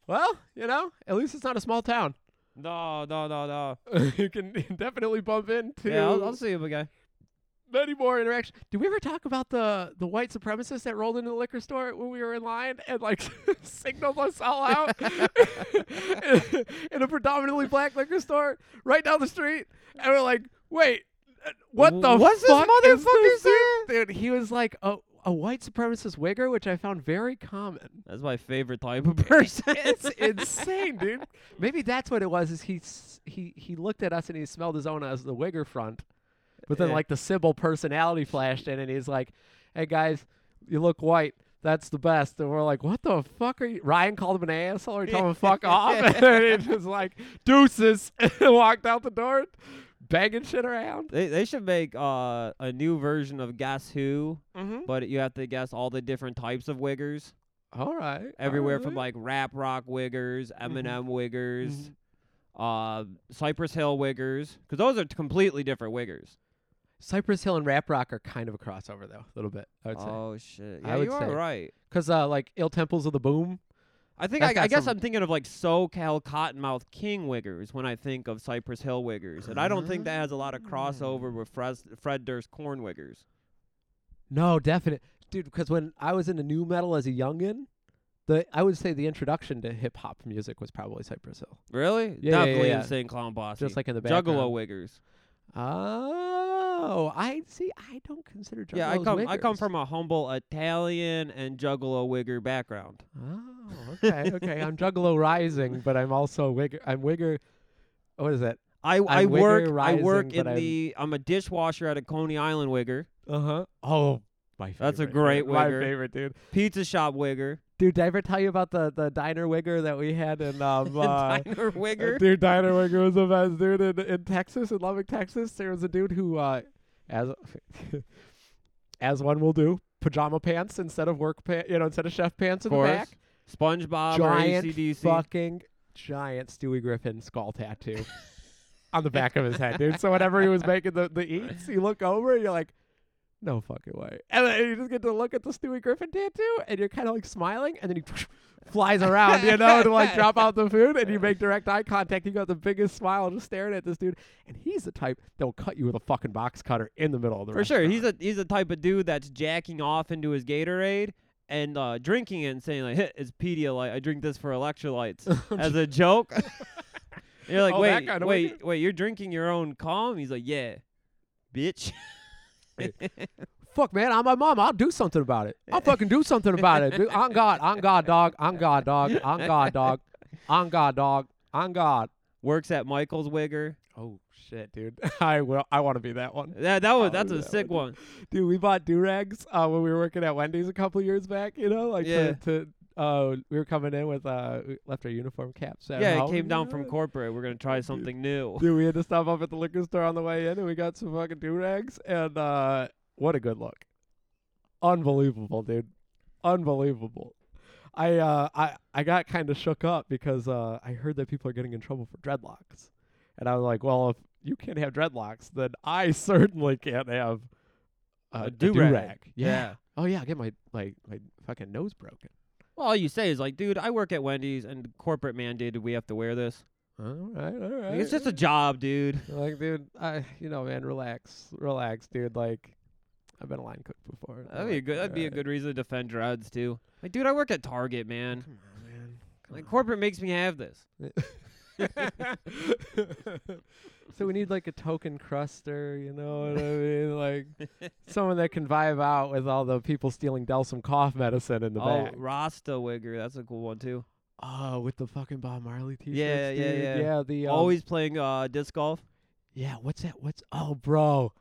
S4: Well, you know, at least it's not a small town.
S3: no, no, no, no.
S4: [LAUGHS] you can [LAUGHS] definitely bump into
S3: Yeah, I'll, I'll see him again.
S4: many more interactions. Did we ever talk about the the white supremacists that rolled into the liquor store when we were in line and like [LAUGHS] signaled us all out [LAUGHS] in a predominantly black liquor store right down the street? And we're like, wait, uh, what the
S3: What's this
S4: fuck is
S3: motherfucker
S4: this
S3: saying?
S4: dude? He was like a a white supremacist wigger, which I found very common.
S3: That's my favorite type of [LAUGHS] person.
S4: It's insane, dude. Maybe that's what it was. Is he s- he he looked at us and he smelled his own as the wigger front, but then
S3: Yeah.
S4: like the Sybil personality flashed in and he's like, "Hey guys, you look white. That's the best." And we're like, "What the fuck are you?" Ryan called him an asshole. He told
S3: [LAUGHS]
S4: him fuck off, [LAUGHS] and he just like deuces [LAUGHS] and walked out the door, banging shit around.
S3: They, they should make uh, a new version of Guess Who,
S4: Mm-hmm.
S3: but you have to guess all the different types of wiggers.
S4: All right,
S3: Everywhere
S4: all
S3: from like
S4: right.
S3: rap rock wiggers,
S4: Mm-hmm.
S3: Eminem wiggers, uh, Cypress Hill wiggers, because those are t- completely different wiggers.
S4: Cypress Hill and Rap Rock are kind of a crossover though, a little bit. I would say.
S3: Oh shit!
S4: I
S3: Yeah,
S4: would
S3: you are
S4: say.
S3: right.
S4: Because uh, like ill temples of the boom.
S3: I think
S4: That's
S3: I,
S4: got
S3: I guess
S4: some-
S3: I'm thinking of like SoCal Cottonmouth King Wiggers when I think of Cypress Hill Wiggers, and I don't think that has a lot of
S4: Mm.
S3: crossover with Fred, Fred Durst Corn Wiggers.
S4: No, definite, dude. Because when I was into new metal as a youngin, the I would say the introduction to hip hop music was probably Cypress Hill.
S3: Really?
S4: Yeah, yeah,
S3: Definitely
S4: yeah.
S3: insane clown boss.
S4: Just like in the
S3: Juggalo
S4: background.
S3: Wiggers.
S4: Oh, I see. I don't consider Juggalos
S3: yeah, I come I come
S4: wiggers.
S3: from a humble Italian and Juggalo Wigger background.
S4: Oh, okay, okay. I'm Juggalo rising, but I'm also wigger. I'm wigger. What is that?
S3: I I
S4: I'm Wigger
S3: work I
S4: rising,
S3: work
S4: but
S3: in
S4: I'm-
S3: the I'm a dishwasher at a Coney Island Wigger,
S4: Uh huh. Oh, my. Favorite,
S3: That's a
S4: dude.
S3: great
S4: My
S3: wigger.
S4: favorite, dude.
S3: pizza shop Wigger,
S4: Dude, did I ever tell you about the the diner wigger that we had in
S3: [LAUGHS]
S4: um uh,
S3: and diner
S4: Uh,
S3: Wigger.
S4: Dude, Diner Winger was the best dude in, in Texas, in Lubbock, Texas. There was a dude who, uh, as [LAUGHS] as one will do, pajama pants instead of work pants, you know, instead of chef pants
S3: Of
S4: in the
S3: course.
S4: back.
S3: SpongeBob
S4: giant
S3: or ACDC.
S4: fucking giant Stewie Griffin skull tattoo [LAUGHS] on the back of his head, dude. So whenever he was making the, the eats, you look over and you're like, no fucking way. And then you just get to look at the Stewie Griffin tattoo and you're kind of like smiling and then he [LAUGHS] flies around, you know, to like drop out the food and you make direct eye contact. You got the biggest smile just staring at this dude. And he's the type that will cut you with a fucking box cutter in the middle of the
S3: For sure, he's a he's the type of dude that's jacking off into his Gatorade and uh, drinking it and saying like, "Heh, "It's Pedialyte. I drink this for
S4: [LAUGHS]
S3: electrolytes," as a joke. And you're like,
S4: Oh, that
S3: "Wait,
S4: kinda
S3: wait,
S4: wicked."
S3: wait! You're drinking your own calm?" He's like, "Yeah, bitch." [LAUGHS]
S4: fuck, man, I'm my mom. I'll do something about it. I'll fucking do something about it. Dude, on God, on God, dog, on God, dog, on God, dog, on God, dog, on God.
S3: Works at Michael's Wigger.
S4: Oh shit, dude. [LAUGHS] I will. I want to be that one,
S3: That that was that's a
S4: do that
S3: sick
S4: one,
S3: one.
S4: dude. We bought do rags uh, when we were working at Wendy's a couple years back. You know, like
S3: Yeah.
S4: to. to uh, we were coming in with uh, we left our uniform caps. at
S3: Yeah, it
S4: home,
S3: came
S4: you
S3: down
S4: know,
S3: from
S4: and-
S3: corporate. We're gonna try something new.
S4: Dude, we had to stop off at the liquor store on the way in, and we got some fucking do rags. And uh, what a good look! Unbelievable, dude. Unbelievable. I uh, I I got kind of shook up because uh, I heard that people are getting in trouble for dreadlocks, and I was like, well, if you can't have dreadlocks, then I [LAUGHS] certainly can't have uh,
S3: A
S4: a do
S3: do-rag.
S4: rag. [LAUGHS] yeah. [LAUGHS] Oh yeah, I get my my my fucking nose broken.
S3: Well, all you say is like, dude, I work at Wendy's and corporate mandated we have to wear this.
S4: All right, all
S3: Like,
S4: right.
S3: it's just a job, dude.
S4: Like, dude, I, you know, man, relax, relax, dude. Like, I've been a line cook before. uh,
S3: That'd be a good. That'd be a good reason to defend drugs too. Like, dude, I work at Target, man.
S4: Come on, man.
S3: Like, corporate makes me have this.
S4: [LAUGHS] so we need like a token cruster, you know what I mean? Like someone that can vibe out with all the people stealing Delsum cough medicine in the
S3: oh,
S4: back.
S3: Rasta Wigger, that's a cool one too.
S4: Oh, with the fucking Bob Marley t-shirts.
S3: Yeah, yeah,
S4: dude.
S3: yeah.
S4: Yeah, the um,
S3: Always playing uh, disc golf.
S4: Yeah, what's that? What's oh, bro?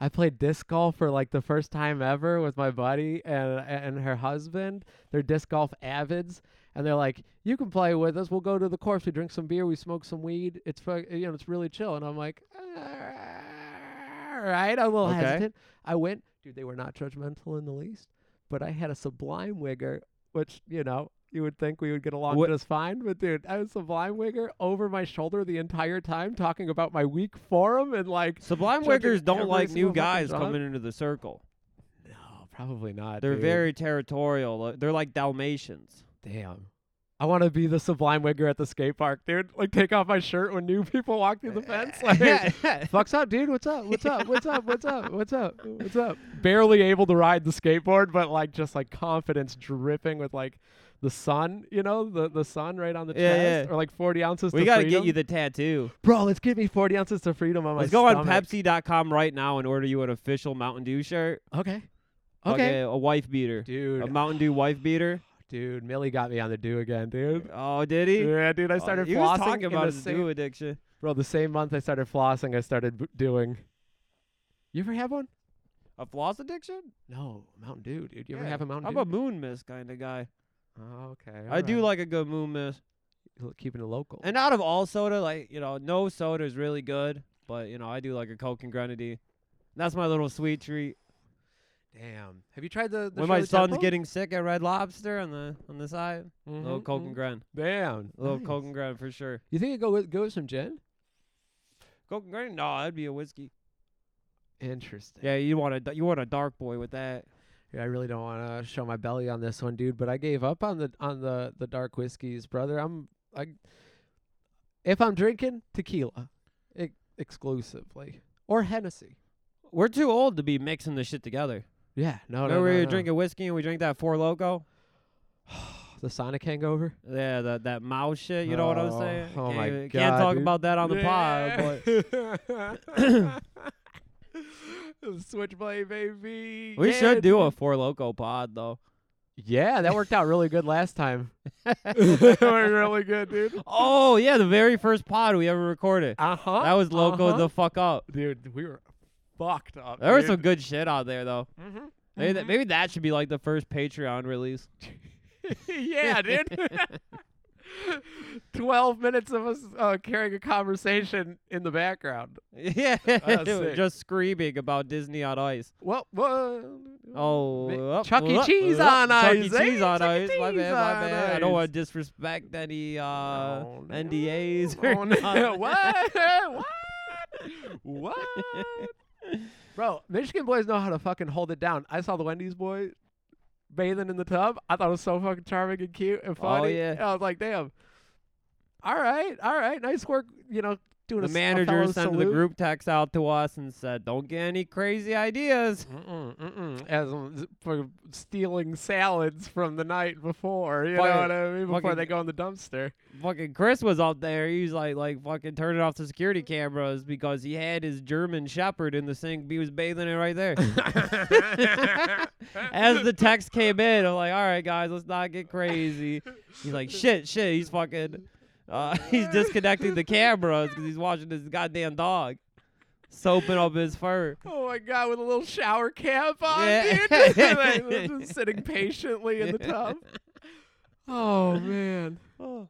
S4: I played disc golf for like the first time ever with my buddy and and her husband. They're disc golf avids, and they're like, "You can play with us. We'll go to the course. We drink some beer. We smoke some weed. It's fu- you know, it's really chill." And I'm like, "All right, I'm a little
S3: Okay.
S4: hesitant." I went, dude. They were not judgmental in the least, but I had a sublime wigger, which you know. You would think we would get along
S3: What-
S4: just fine, but dude, I was sublime wigger over my shoulder the entire time, talking about my weak forum and like
S3: Sublime
S4: Judging
S3: Wiggers don't
S4: every
S3: like
S4: single
S3: new
S4: fucking
S3: guys
S4: dog?
S3: coming into the circle.
S4: No, probably not.
S3: They're
S4: dude.
S3: very territorial. uh, They're like Dalmatians.
S4: damn. I want to be the sublime wigger at the skate park, dude. Like, take off my shirt when new people
S3: [LAUGHS]
S4: walk [LAUGHS] through the fence. Like, fucks up, dude. What's up? What's up? What's up? What's up? What's up? What's up? Barely able to ride the skateboard, but like just like confidence dripping with like the sun, you know, the the sun right on the
S3: Yeah,
S4: chest,
S3: yeah.
S4: or like forty
S3: [LAUGHS]
S4: ounces.
S3: we
S4: to
S3: gotta
S4: freedom.
S3: get you the tattoo.
S4: bro. Let's give me forty ounces to freedom on
S3: Let's
S4: my.
S3: go on
S4: stomach.
S3: Pepsi.com right now and order you an official Mountain Dew shirt.
S4: Okay.
S3: Like
S4: Okay,
S3: a, a wife beater.
S4: dude.
S3: A Mountain Dew wife beater.
S4: dude, Millie got me on the do again, dude.
S3: Oh, did he?
S4: Yeah, [LAUGHS] dude, I
S3: Oh,
S4: started
S3: he
S4: flossing
S3: was talking
S4: in
S3: about
S4: the
S3: his
S4: same-
S3: Dew addiction.
S4: Bro, the same month I started flossing, I started b- doing. You ever have one?
S3: A floss addiction?
S4: No, Mountain Dew, dude. You ever
S3: Yeah.
S4: have a Mountain
S3: I'm
S4: Dew?
S3: a moon mist kind of guy.
S4: oh, okay.
S3: I do like a good moon mist.
S4: like keeping it local.
S3: And out of all soda, like you know, no soda is really good. But you know, I do like a Coke and grenadine. That's my little sweet treat.
S4: Damn, have you tried the? the
S3: when my
S4: Shirley
S3: son's
S4: Temple?
S3: getting sick at Red Lobster on the on the side, little
S4: Mhm,
S3: Coke
S4: mhm.
S3: and Gren,
S4: Damn,
S3: little
S4: nice.
S3: Coke and Gren for sure.
S4: [LAUGHS] You think it go with, go with some gin?
S3: Coke and Gren, no, that'd be a whiskey.
S4: Interesting.
S3: Yeah, you want a d- you want a dark boy with that.
S4: Yeah, I really don't want to show my belly on this one, dude. But I gave up on the on the the dark whiskeys, brother. I'm like, if I'm drinking tequila, e- exclusively or Hennessy.
S3: We're too old to be mixing this shit together.
S4: Yeah, no, no,
S3: Remember we
S4: no,
S3: were
S4: no.
S3: drinking whiskey and we drank that Four Loco?
S4: the Sonic hangover.
S3: Yeah, that that mouse shit. You know what I'm
S4: Oh,
S3: saying?
S4: oh my
S3: can't,
S4: God,
S3: Can't talk
S4: dude.
S3: about that [LAUGHS] on the
S4: [LAUGHS]
S3: pod. But
S4: [LAUGHS]
S3: [LAUGHS]
S4: Switchblade, baby.
S3: we
S4: Yeah,
S3: should do
S4: dude.
S3: a Four Loco pod though.
S4: Yeah, that worked out really good last [LAUGHS] time. it worked really good, dude.
S3: Oh yeah, the very first pod we ever recorded.
S4: Uh huh.
S3: That was Loco
S4: Uh-huh.
S3: the fuck up.
S4: dude. We were fucked up.
S3: There was some
S4: dude. Mm-hmm.
S3: good shit out there though. Maybe that, maybe that should be like the first Patreon release.
S4: [LAUGHS]
S3: [LAUGHS]
S4: yeah, dude. [LAUGHS] Twelve minutes of us uh, carrying a conversation in the background.
S3: yeah,
S4: Uh,
S3: [LAUGHS]
S4: That's
S3: dude,
S4: sick.
S3: just screaming about Disney on Ice.
S4: Well, well
S3: Oh,
S4: Mi-
S3: up,
S4: Mm. Chuck E.
S3: up,
S4: Cheese
S3: up,
S4: on
S3: Chuck E.
S4: Ice, eh?
S3: Cheese on
S4: Chuck E.
S3: ice. My
S4: Cheese
S3: bad, my
S4: on
S3: bad. I don't
S4: Ice.
S3: want to disrespect any uh,
S4: No,
S3: [LAUGHS]
S4: no,
S3: NDAs.
S4: Oh,
S3: or
S4: no.
S3: nothing.
S4: [LAUGHS] what? What? [LAUGHS] What?
S3: [LAUGHS]
S4: Bro, Michigan boys know how to fucking hold it down. I saw the Wendy's boy bathing in the tub. I thought it was so fucking charming and cute and funny.
S3: Oh, yeah.
S4: And I was like, damn. All right, all right, nice work. You know, doing
S3: The
S4: a s- a
S3: manager
S4: fellow
S3: sent the
S4: salute.
S3: group text out to us and said, "Don't get any crazy ideas."
S4: Mm-mm, mm-mm. As in s- for stealing salads from the night before, you know
S3: Fucking-
S4: what I mean? Before
S3: fucking-
S4: they go in the dumpster.
S3: fucking Chris was out there. He was like, like fucking turning off the security cameras because he had his German Shepherd in the sink. He was bathing it right there. As the text came in, I'm like, all right, guys, let's not get crazy. He's like, shit, shit. He's fucking, uh, [LAUGHS] he's disconnecting the cameras because he's watching this goddamn dog soaping up his fur.
S4: Oh my god, with a little shower cap on,
S3: Yeah.
S4: dude. [LAUGHS] Like, just sitting patiently in the tub. Oh man.
S3: Oh.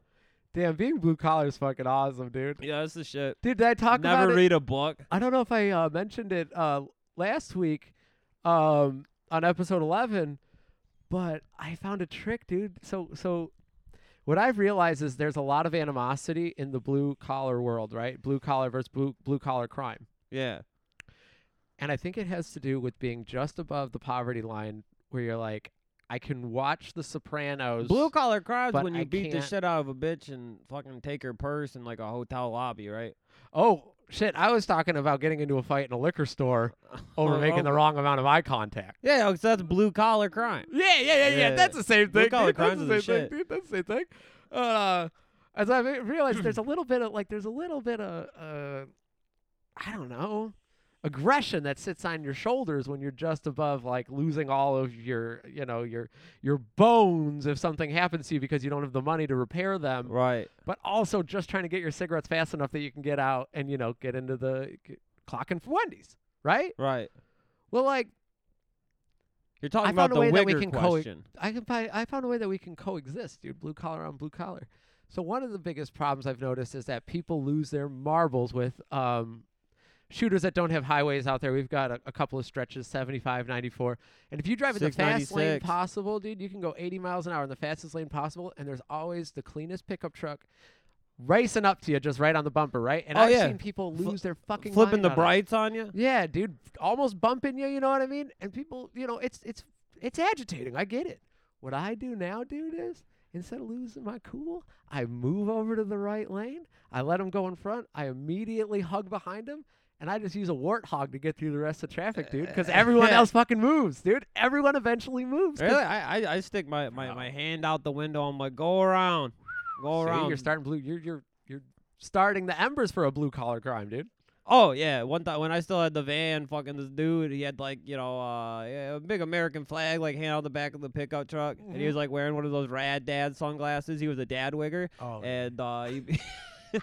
S4: Damn, being blue collar is fucking awesome, dude.
S3: Yeah, that's the shit.
S4: Dude, did I talk
S3: Never
S4: about
S3: read a book.
S4: it? I don't know if I uh, mentioned it uh, last week um, on episode eleven, but I found a trick, dude. So so what I've realized is there's a lot of animosity in the blue collar world, right? Blue collar versus blue blue collar crime.
S3: Yeah.
S4: And I think it has to do with being just above the poverty line where you're like, I can watch The Sopranos.
S3: Blue collar crimes
S4: But
S3: when you
S4: I
S3: beat the
S4: can't-
S3: shit out of a bitch and fucking take her purse in like a hotel lobby, right?
S4: oh, shit. I was talking about getting into a fight in a
S3: [LAUGHS]
S4: liquor store over
S3: Oh,
S4: making the wrong amount of eye contact.
S3: Yeah, because that's blue collar crime.
S4: Yeah, yeah, yeah, yeah.
S3: Yeah.
S4: That's the same
S3: Blue
S4: thing.
S3: collar
S4: dude. That's
S3: crimes are the
S4: same
S3: shit.
S4: thing, dude. That's the same thing. Uh, as I realized, there's a little bit of like, there's a little bit of, uh, I don't know, aggression that sits on your shoulders when you're just above like losing all of your, you know, your your bones if something happens to you because you don't have the money to repair them,
S3: Right.
S4: but also just trying to get your cigarettes fast enough that you can get out and you know get into the get, clock in for Wendy's. right?
S3: Right.
S4: Well, like
S3: You're talking
S4: I
S3: about
S4: found a
S3: the
S4: way that we
S3: wigger
S4: can co-
S3: question.
S4: I can find, I found a way that we can coexist, dude. Blue collar on blue collar. So one of the biggest problems I've noticed is that people lose their marbles with um, shooters that don't have highways out there. We've got a, a couple of stretches, 75, 94. And if you drive in the fast lane
S3: 696.
S4: possible, dude, you can go 80 miles an hour in the fastest lane possible. And there's always the cleanest pickup truck racing up to you just right on the bumper, right? And
S3: Oh,
S4: I've
S3: yeah.
S4: seen people
S3: Fl-
S4: lose their fucking
S3: Flipping
S4: mind
S3: the
S4: on it.
S3: brights on you.
S4: Yeah, dude, almost bumping you. You know what I mean? And people, you know, it's it's it's agitating. I get it. What I do now, dude, is instead of losing my cool, I move over to the right lane. I let him go in front. I immediately hug behind him, and I just use a warthog to get through the rest of traffic, dude.
S3: Uh, [LAUGHS]
S4: Because everyone else fucking moves, dude. Everyone eventually moves. 'cause-
S3: Really? I, I I stick my, my, my hand out the window. I'm like, go around, go
S4: See,
S3: around.
S4: you're starting blue. You're you're you're starting the embers for a blue collar crime, dude.
S3: Oh yeah, one time when I still had the van, fucking this dude, he had like you know uh, yeah, a big American flag like hanging out the back of the pickup truck, and he
S4: Mhm.
S3: was like wearing one of those rad dad sunglasses. He was a dad wigger,
S4: Oh, yeah.
S3: and uh, he [LAUGHS]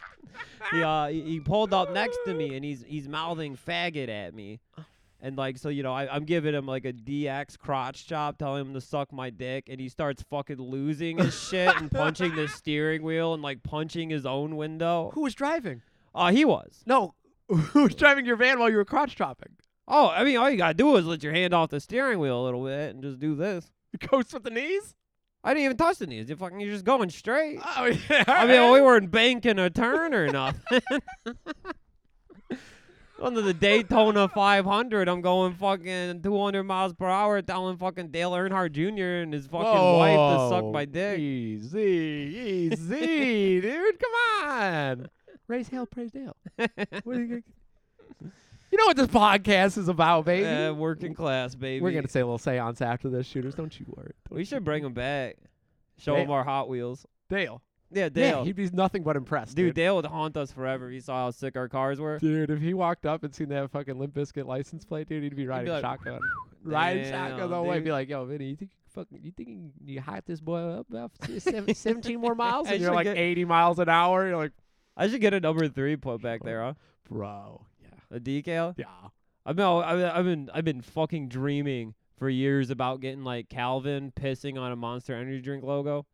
S3: he, uh, he he pulled up next to me, and he's he's mouthing faggot at me, and like so you know I, I'm giving him like a DX crotch chop, telling him to suck my dick, and he starts fucking losing his shit and punching
S4: [LAUGHS]
S3: the steering wheel and like punching his own window.
S4: Who was driving?
S3: Uh, he was.
S4: No, [LAUGHS] who was driving your van while you were crotch chopping?
S3: Oh, I mean, all you gotta do is let your hand off the steering wheel a little bit and just do this.
S4: [LAUGHS] Coast with the knees?
S3: I didn't even touch the knees. You're fucking, you're just going straight.
S4: Oh, yeah.
S3: I mean, we weren't banking a turn or nothing. [LAUGHS] Under the Daytona 500, I'm going fucking 200 miles per hour, telling fucking Dale Earnhardt Jr. and his fucking wife to suck my dick. [LAUGHS]
S4: Easy, easy, dude. Come on. Raise hell, praise Dale. What are you, gonna- you know what this podcast is about, baby.
S3: Uh, working class, baby.
S4: We're going to say a little seance after this, shooters. Don't you worry. Don't
S3: we
S4: you-
S3: should bring him back. Show him
S4: Dale.
S3: our Hot Wheels.
S4: Dale.
S3: Yeah,
S4: Yeah,
S3: Dale.
S4: he'd be nothing but impressed.
S3: dude, Dale would haunt us forever if he saw how sick our cars were.
S4: Dude, if he walked up and seen that fucking Limp Bizkit license plate, dude, he'd be riding
S3: like,
S4: shotgun. riding shotgun
S3: Damn,
S4: the whole way.
S3: dude.
S4: Be like, yo, Vinny, you think you can fucking, you think you, can- you hot this boy up about s- [LAUGHS] seven- 17 more miles?
S3: I
S4: And you're
S3: should
S4: like
S3: get-
S4: 80 miles an hour. You're like,
S3: I should get a number three put back there, huh?
S4: bro, yeah,
S3: A decal.
S4: yeah.
S3: I know. I- I've been I've been fucking dreaming for years about getting like Calvin pissing on a Monster Energy drink
S4: [LAUGHS]
S3: logo.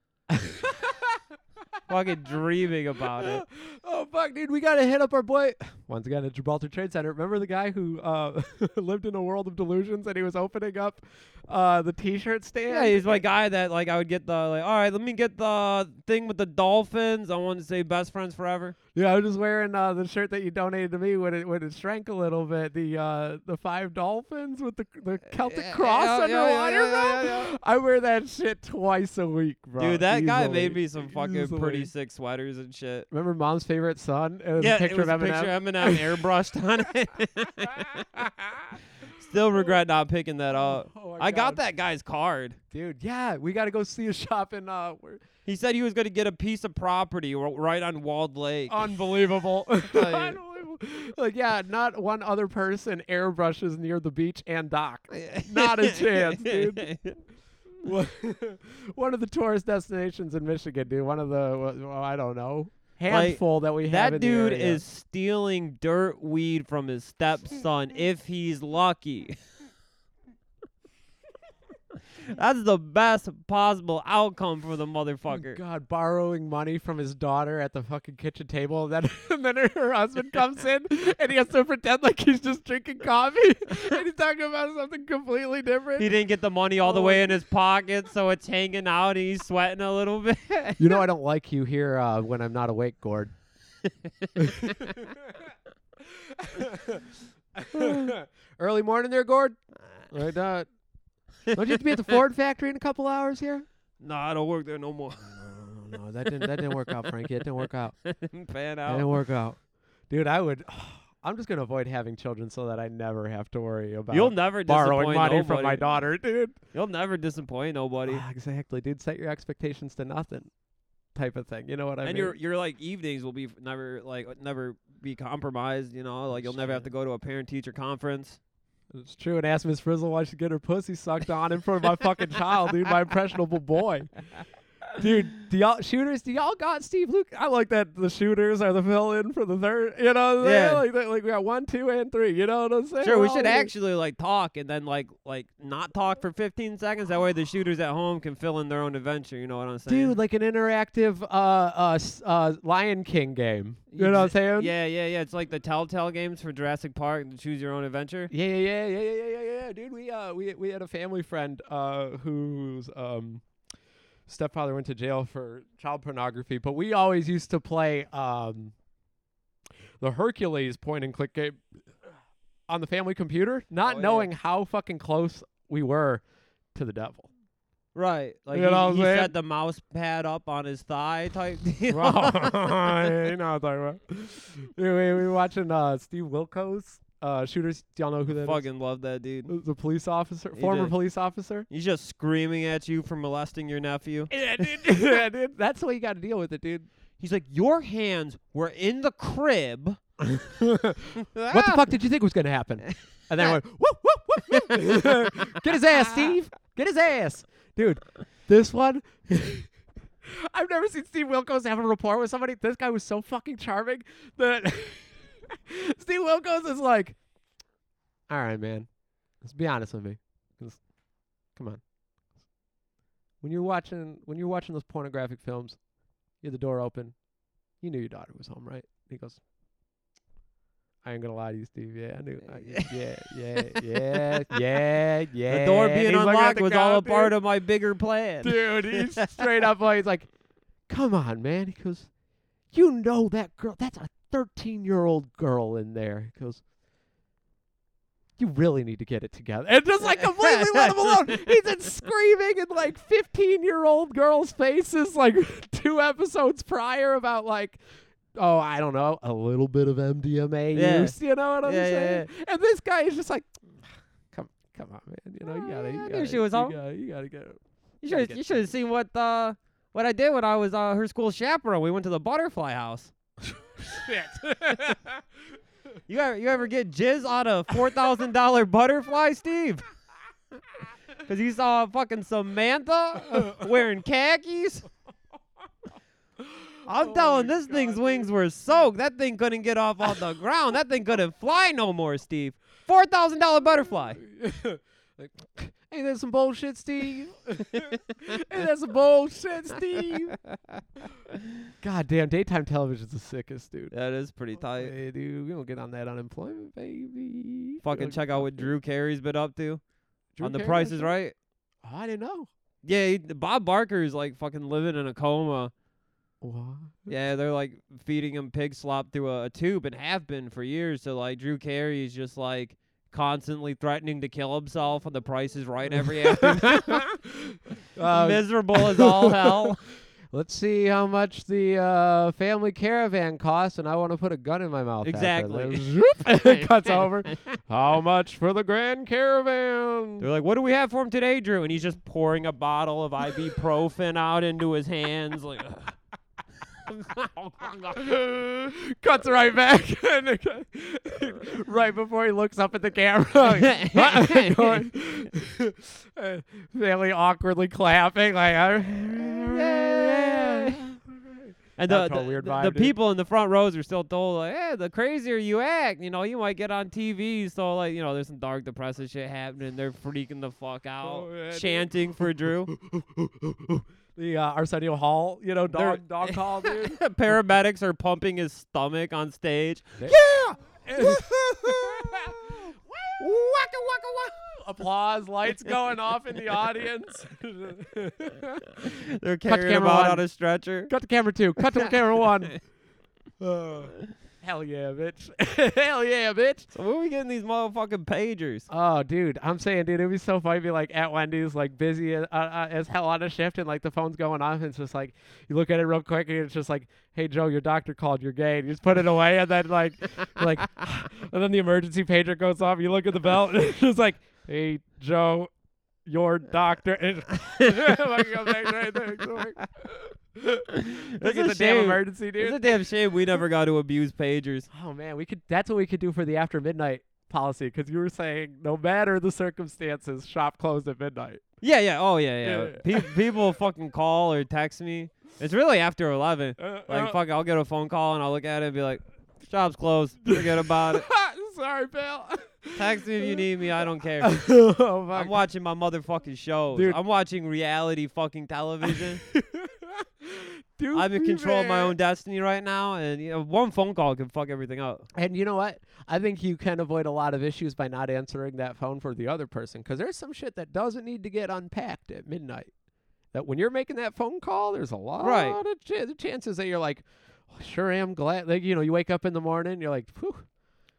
S3: fucking dreaming about it.
S4: Oh fuck, dude, we gotta hit up our boy once again at Gibraltar Trade Center. Remember the guy who uh, [LAUGHS] lived in a world of delusions and he was opening up uh, the T-shirt stand?
S3: Yeah, he's my guy that like I would get the like. All right, let me get the thing with the dolphins. I want to say best friends forever.
S4: Yeah, I'm just wearing uh, the shirt that you donated to me when it when it shrank a little bit. The uh, the five dolphins with the the Celtic
S3: yeah,
S4: cross
S3: yeah, yeah,
S4: underwater,
S3: yeah, yeah,
S4: bro.
S3: yeah, yeah.
S4: I wear that shit twice a week, bro.
S3: Dude, that guy
S4: Easily.
S3: made me some fucking pretty
S4: Easily.
S3: sick sweaters and shit.
S4: Remember mom's favorite son? It was
S3: yeah,
S4: a picture
S3: it was
S4: of
S3: a
S4: Eminem.
S3: picture of Eminem airbrushed on
S4: [LAUGHS]
S3: it. [LAUGHS] Still regret not picking that up.
S4: Oh my
S3: Uh, I got
S4: God.
S3: that guy's card.
S4: Dude, yeah, we gotta go see a shop in uh, where- [LAUGHS]
S3: He said he was going to get a piece of property r- right on Walled Lake. [LAUGHS]
S4: unbelievable.
S3: Oh, yeah.
S4: Unbelievable. Like, yeah, not one other person airbrushes near the beach and dock. Not a chance, dude. one [LAUGHS] one of the tourist destinations in Michigan, dude. One of the well, I don't know handful that we have.
S3: that
S4: in
S3: dude
S4: the area.
S3: is stealing dirt weed from his stepson if he's
S4: [LAUGHS]
S3: lucky. That's the best possible outcome for the motherfucker.
S4: Oh God borrowing money from his daughter at the fucking kitchen table. And then [LAUGHS] and then her husband comes in and he has to pretend like he's just drinking coffee [LAUGHS] and he's talking about something completely different.
S3: He didn't get the money all the
S4: Oh.
S3: way in his pocket, so it's hanging out and he's sweating a little bit.
S4: you know I don't like you here uh, when I'm not
S3: [LAUGHS]
S4: awake, Gord. [LAUGHS] Early morning there, Gord.
S3: Uh,
S4: Right uh, not? Don't you have to
S3: [LAUGHS]
S4: be at the Ford factory in a couple hours here?
S3: nah, I don't work there no more.
S4: Oh, No, no, that didn't that didn't work out, Frankie. It
S3: [LAUGHS]
S4: didn't work out.
S3: Pan
S4: It didn't
S3: out.
S4: work out. Dude, I would [SIGHS] I'm just gonna avoid having children so that I never have to worry about
S3: You'll never
S4: borrowing
S3: disappoint
S4: money
S3: nobody.
S4: from my daughter, dude.
S3: You'll never disappoint nobody.
S4: Ah, exactly, dude. Set your expectations to nothing type of thing. You know what I
S3: and
S4: mean?
S3: your your like evenings will be f- never like never be compromised. You know, like you'll never have to go to a parent teacher conference.
S4: It's true. And asked Miss Frizzle why she get her pussy sucked on in front of my fucking child, dude, my impressionable boy. dude. Do y'all shooters? Do y'all got Steve Luke? I like that the shooters are the fill-in for the third. You know, what I'm saying?
S3: Yeah.
S4: like that, like we got one, two, and three. You know what I'm saying?
S3: Sure, we
S4: We're
S3: should
S4: all-
S3: actually like talk and then like like not talk for 15 seconds. That way, the shooters at home can fill in their own adventure. You know what I'm saying?
S4: dude, like an interactive uh uh, s- uh Lion King game. You know what I'm
S3: Exa-
S4: saying?
S3: Yeah, yeah, yeah. It's like the Telltale games for Jurassic Park and choose your own adventure.
S4: Yeah, yeah, yeah, yeah, yeah, yeah, yeah, yeah, dude. We uh, we we had a family friend uh, whose um, stepfather went to jail for child pornography, but we always used to play um, the Hercules point and click game on the family computer, not
S3: Oh, yeah.
S4: knowing how fucking close we were to
S3: [LAUGHS]
S4: the devil. [LAUGHS]
S3: Right. Like
S4: You know
S3: he,
S4: what I'm
S3: he
S4: saying?
S3: set the mouse pad up on his thigh type [LAUGHS] deal.
S4: [LAUGHS] Wow. you know what I'm talking about. Anyway, we were watching uh, Steve Wilkos, uh, shooters. Y'all know who that is?
S3: Fucking love that dude.
S4: The police officer,
S3: He
S4: former
S3: did.
S4: police officer.
S3: He's just screaming at you for molesting your nephew.
S4: Yeah, dude. [LAUGHS] yeah, dude. That's the way you got to deal with it, [LAUGHS] dude.
S3: He's like, Your hands were in the
S4: [LAUGHS]
S3: crib.
S4: what the fuck did you think was going to happen? And then I went, whoop, whoop, whoop, whoop. [LAUGHS] Get his ass, Steve. Get his ass. Dude, this one. [LAUGHS] I've never seen Steve Wilkos have a rapport with somebody. This guy was so fucking charming that [LAUGHS] Steve Wilkos is like, all right, man. Let's be honest with me. Let's- come on. When you're watching when you're watching those pornographic films, you had the door open. You knew your daughter was home, right? He goes, I ain't gonna lie to you, Steve. Yeah, I knew. I, yeah, yeah, yeah, yeah,
S3: [LAUGHS]
S4: yeah.
S3: The door
S4: He's
S3: being
S4: looking at
S3: unlocked
S4: the
S3: was all a
S4: ground, dude.
S3: part of my bigger plan.
S4: Dude, he's
S3: [LAUGHS]
S4: straight up like, he's like, come on, man. He goes, you know that girl. That's a 13 year old girl in there. He goes, you really need to get it together. And just like completely let
S3: [LAUGHS]
S4: him alone. He's in screaming in like 15 year old girls' faces like [LAUGHS] two episodes prior about like, oh, I don't know, a little bit of MDMA
S3: Yeah.
S4: use. You know what I'm
S3: Yeah, yeah,
S4: saying? And this guy is just like, come, come on, man. You know, you
S3: Oh,
S4: gotta,
S3: yeah,
S4: you
S3: I knew
S4: gotta,
S3: she was
S4: you
S3: home.
S4: gotta, you gotta get it.
S3: You
S4: Gotta
S3: should
S4: get
S3: you should have seen what uh what I did when I was uh, her school chaperone. We went to the butterfly house.
S4: Shit.
S3: You ever you ever get jizz on a four thousand
S4: [LAUGHS]
S3: dollar butterfly, Steve? [LAUGHS] Cause you saw fucking Samantha wearing
S4: [LAUGHS]
S3: khakis. I'm
S4: Oh
S3: telling
S4: my
S3: this thing's
S4: God,
S3: wings were soaked. That thing couldn't get off off the ground. That thing couldn't fly no more, Steve. Four thousand dollar butterfly.
S4: like, ain't that some bullshit, Steve? [LAUGHS] ain't that some bullshit, Steve? God damn, daytime television's the sickest, dude.
S3: That is pretty tight.
S4: Hey, dude, we don't get on that unemployment, baby.
S3: Fucking check out what Drew Carey's been up to
S4: Drew
S3: on the
S4: Carey
S3: prices,
S4: show?
S3: right?
S4: Oh, I didn't know.
S3: Yeah, he, Bob Barker is like fucking living in a coma. [LAUGHS]
S4: [LAUGHS] What?
S3: Yeah, they're like feeding him pig slop through a, a tube and have been for years. So like Drew Carey is just like constantly threatening to kill himself on The Price is
S4: [LAUGHS]
S3: Right every afternoon.
S4: Uh,
S3: Miserable as
S4: [LAUGHS]
S3: all hell.
S4: let's see how much the uh, family caravan costs, and I want to put a gun in my mouth. after
S3: Exactly.
S4: this.
S3: [LAUGHS]
S4: Zoop, [LAUGHS] Cuts over. How much for the grand caravan? [LAUGHS]
S3: They're like, "What do we have for him today, Drew?" And he's just pouring a bottle of ibuprofen out into his hands, like.
S4: Cuts right back, [LAUGHS] and it go- right before he looks up at the camera. [LAUGHS] like, going- uh, [LAUGHS] Family awkwardly clapping, like,
S3: And the,
S4: That's
S3: the,
S4: a weird
S3: the-
S4: vibe,
S3: the
S4: dude.
S3: people in the front rows are still told, like, hey, the crazier you act, you know, you might get on TV. So, like, you know, there's some dark, depressive shit happening. They're freaking the fuck out,
S4: Oh, yeah, dude.
S3: chanting for
S4: [LAUGHS]
S3: Drew.
S4: the uh, Arsenio Hall, you know,
S3: They're-
S4: dog, dog
S3: [LAUGHS]
S4: call, dude.
S3: Paramedics are pumping his stomach on stage. [LAUGHS]
S4: yeah! [LAUGHS] Applause, lights going off in the audience.
S3: They're carrying him
S4: camera
S3: out
S4: one.
S3: on a stretcher.
S4: [LAUGHS] Cut to camera two. Cut to camera one. Uh, hell yeah, bitch. [LAUGHS] hell yeah, bitch.
S3: So, where are we getting these motherfucking
S4: [LAUGHS]
S3: pagers?
S4: Oh, dude, I'm saying, dude, it'd be so funny to be like at Wendy's, like busy as, uh, uh, as hell on a shift, and like the phone's going off, and it's just like you look at it real quick, and it's just like, "Hey, Joe, your doctor called. You're gay." And you just put it away, and then like, you're like, [SIGHS] and then the emergency pager goes off. You look at the bell, and [LAUGHS] it's just like, "Hey, Joe, your doctor." And [LAUGHS] Fucking goes right-
S3: [LAUGHS]
S4: right there, it's like- look
S3: It's
S4: at
S3: a
S4: the damn
S3: shame.
S4: emergency, dude.
S3: It's a damn shame we never got to abuse pagers.
S4: Oh man, we could. That's what we could do for the after midnight policy because you were saying no matter the circumstances, shop closed at midnight.
S3: Yeah, yeah. Oh, yeah, yeah.
S4: Yeah,
S3: Pe- people fucking call or text me. It's really after 11.
S4: Uh,
S3: like,
S4: uh. [LAUGHS]
S3: fuck, I'll get a phone call and I'll look at it and be like, shop's closed. Forget about it.
S4: Sorry, pal.
S3: Text me if you need me. I don't care.
S4: [LAUGHS] oh,
S3: I'm
S4: fuck.
S3: watching my motherfucking shows.
S4: Dude.
S3: I'm watching reality fucking
S4: [LAUGHS]
S3: television.
S4: [LAUGHS] Dude,
S3: I'm in
S4: be
S3: control of my
S4: there.
S3: own destiny right now, and you know, one phone call can fuck everything
S4: [LAUGHS]
S3: up.
S4: And you know what? I think you can avoid a lot of issues by not answering that phone for the other person because there's some shit that doesn't need to get unpacked at midnight. That when you're making that phone call, there's a lot
S3: Right.
S4: of ch- chances that you're like, "Oh, sure am glad. Like, you know, you wake up in the morning, you're like, Phew,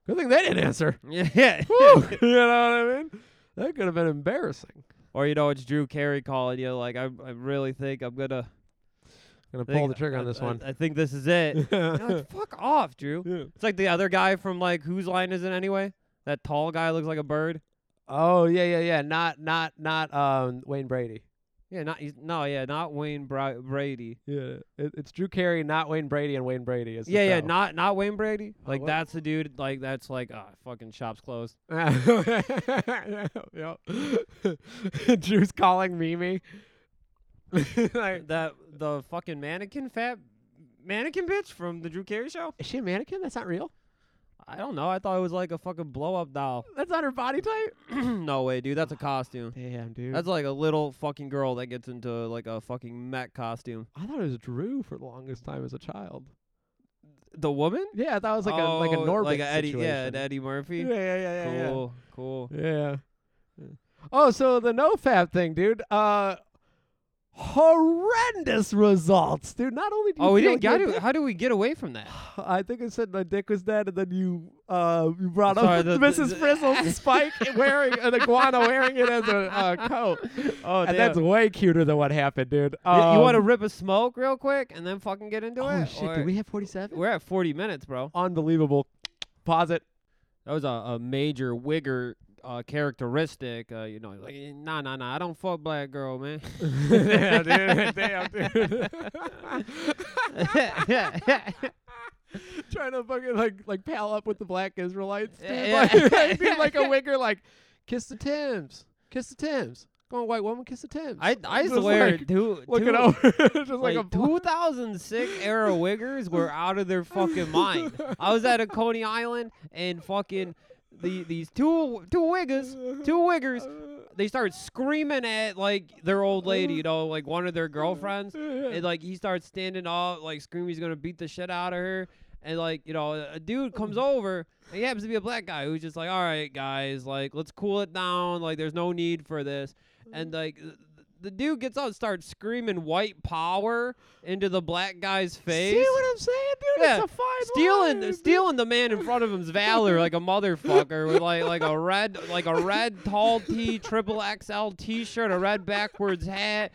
S4: good thing they didn't answer.
S3: Yeah.
S4: [LAUGHS] Whew," [LAUGHS] you know what I mean? That could have been embarrassing.
S3: or you know, it's Drew Carey calling you. Like I, I really think I'm gonna
S4: Gonna
S3: think-
S4: pull the trigger on
S3: I-
S4: this
S3: I-
S4: one.
S3: I, think this is
S4: [LAUGHS]
S3: it. You know, like, fuck off, Drew.
S4: Yeah.
S3: It's like the other guy from like whose line is it anyway? That tall guy looks like a bird.
S4: Oh yeah, yeah, yeah. Not, not, not. Um, Wayne Brady.
S3: Yeah, not he's, no, yeah, not Wayne Bra- Brady.
S4: Yeah, it, it's Drew Carey, not Wayne Brady, and Wayne Brady is. the
S3: Yeah, yeah,
S4: show.
S3: not not Wayne Brady. Like
S4: what?
S3: that's the dude. Like that's like ah, fucking shop's closed.
S4: [LAUGHS] yeah. Drew's calling Mimi. [LAUGHS] like,
S3: That the fucking mannequin fat mannequin bitch from the Drew Carey show.
S4: is she a mannequin? That's not real.
S3: I don't know. I thought it was like a fucking blow up doll. [CLEARS THROAT]
S4: That's not her body type.
S3: no way, dude. That's a costume.
S4: Damn, dude.
S3: That's like a little fucking girl that gets into like a fucking mech costume.
S4: I thought it was Drew for the longest time as a child.
S3: The woman?
S4: Yeah, I thought it was like a like a
S3: Oh,
S4: Norbit
S3: like a Eddie,
S4: situation.
S3: yeah, an Eddie Murphy.
S4: yeah, yeah, yeah, yeah, yeah.
S3: Cool, cool.
S4: Yeah. Oh, so the nofap thing, dude. Uh, horrendous results, dude. Not only do you
S3: Oh, we
S4: feel
S3: didn't.
S4: like
S3: Got
S4: your
S3: to, how do we get away from [LAUGHS] that?
S4: dick- I think I said my dick was dead, and then you uh you brought
S3: Sorry,
S4: up [LAUGHS]
S3: the- the-
S4: Mrs.
S3: the- [LAUGHS]
S4: Frizzle's spike wearing an iguana wearing it as a uh, coat,
S3: Oh,
S4: and that's way cuter than what happened, dude.
S3: you want to
S4: Um,
S3: rip a smoke real quick and then fucking get into
S4: Oh
S3: it?
S4: shit!
S3: Or-
S4: Did we have forty-seven?
S3: We're at 40 minutes, bro.
S4: Unbelievable.
S3: [LAUGHS]
S4: Pause it.
S3: That was a, a major wigger uh, characteristic. Uh, you know, like, nah, nah, nah. I don't fuck black girl,
S4: [LAUGHS]
S3: man.
S4: Damn, [LAUGHS] dude. Damn, dude. trying to fucking like like pal up with the black Israelites, dude.
S3: Yeah.
S4: Like, [LAUGHS] like,
S3: [LAUGHS]
S4: dude, like a wigger, like kiss the Thames, kiss the Thames. Come on, white woman, kiss the Thames.
S3: [LAUGHS] I I
S4: Just
S3: swear,
S4: like,
S3: dude.
S4: look
S3: dude,
S4: it over. just [LAUGHS] like,
S3: Like,
S4: a bl-
S3: 2006 era wiggers were out of their fucking mind. I was at a Coney Island and fucking the these two two wiggers, two wiggers, they started screaming at like their old lady, you know, like one
S4: [LAUGHS]
S3: of their girlfriends. And like he starts standing up, like screaming he's gonna beat the shit out of her. And like, you know, a dude comes
S4: Mm.
S3: over and he happens to be a black guy who's just like, All right, guys, like let's cool it down, like there's no need for this. And
S4: Mm-hmm.
S3: like th- the dude gets up and starts screaming white power into the black guy's face.
S4: See what I'm saying, dude?
S3: Yeah.
S4: It's a fine
S3: Stealing,
S4: line,
S3: stealing the man in front of him's valor like a motherfucker with like like a red like a red tall T triple XL T-shirt, a red backwards hat,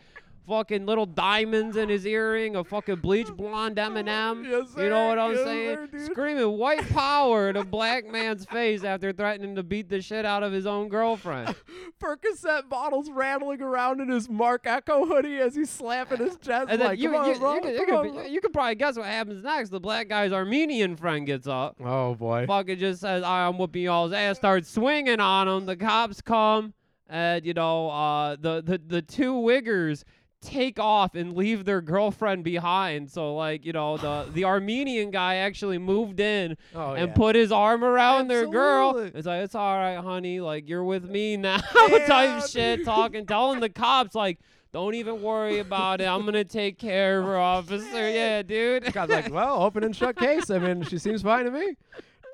S3: fucking little diamonds in his earring, a fucking bleach blonde M&M.
S4: Yes,
S3: you know
S4: sir.
S3: what I'm
S4: Yes,
S3: saying?
S4: sir, dude.
S3: Screaming white power in a black man's face after threatening to beat the shit out of his own
S4: [LAUGHS]
S3: girlfriend.
S4: dude. Percocet bottles rattling around in his Mark Echo hoodie as he's slapping his chest.
S3: And then
S4: like,
S3: you,
S4: come on,
S3: you,
S4: bro,
S3: you, could- you,
S4: come
S3: could
S4: on,
S3: be-
S4: bro."
S3: you could probably guess what happens next. The black guy's Armenian friend gets up.
S4: Oh
S3: [LAUGHS]
S4: boy.
S3: fucking just says, "All right, I'm whooping y'all's ass." Starts swinging on him. The cops come, and you know, uh, the the the two wiggers take off and leave their girlfriend behind. So like, you know, the the Armenian guy actually moved in
S4: Oh,
S3: and
S4: yeah.
S3: put his arm around their girl.
S4: Absolutely.
S3: It's like, it's all right, honey. Like you're with me now, [LAUGHS]
S4: Yeah,
S3: type shit.
S4: dude.
S3: Talking, telling the cops like. Don't even worry about it. I'm gonna take care of her, officer.
S4: [LAUGHS]
S3: Yeah, dude.
S4: I was like, well, open and shut case. I mean, she seems fine to me.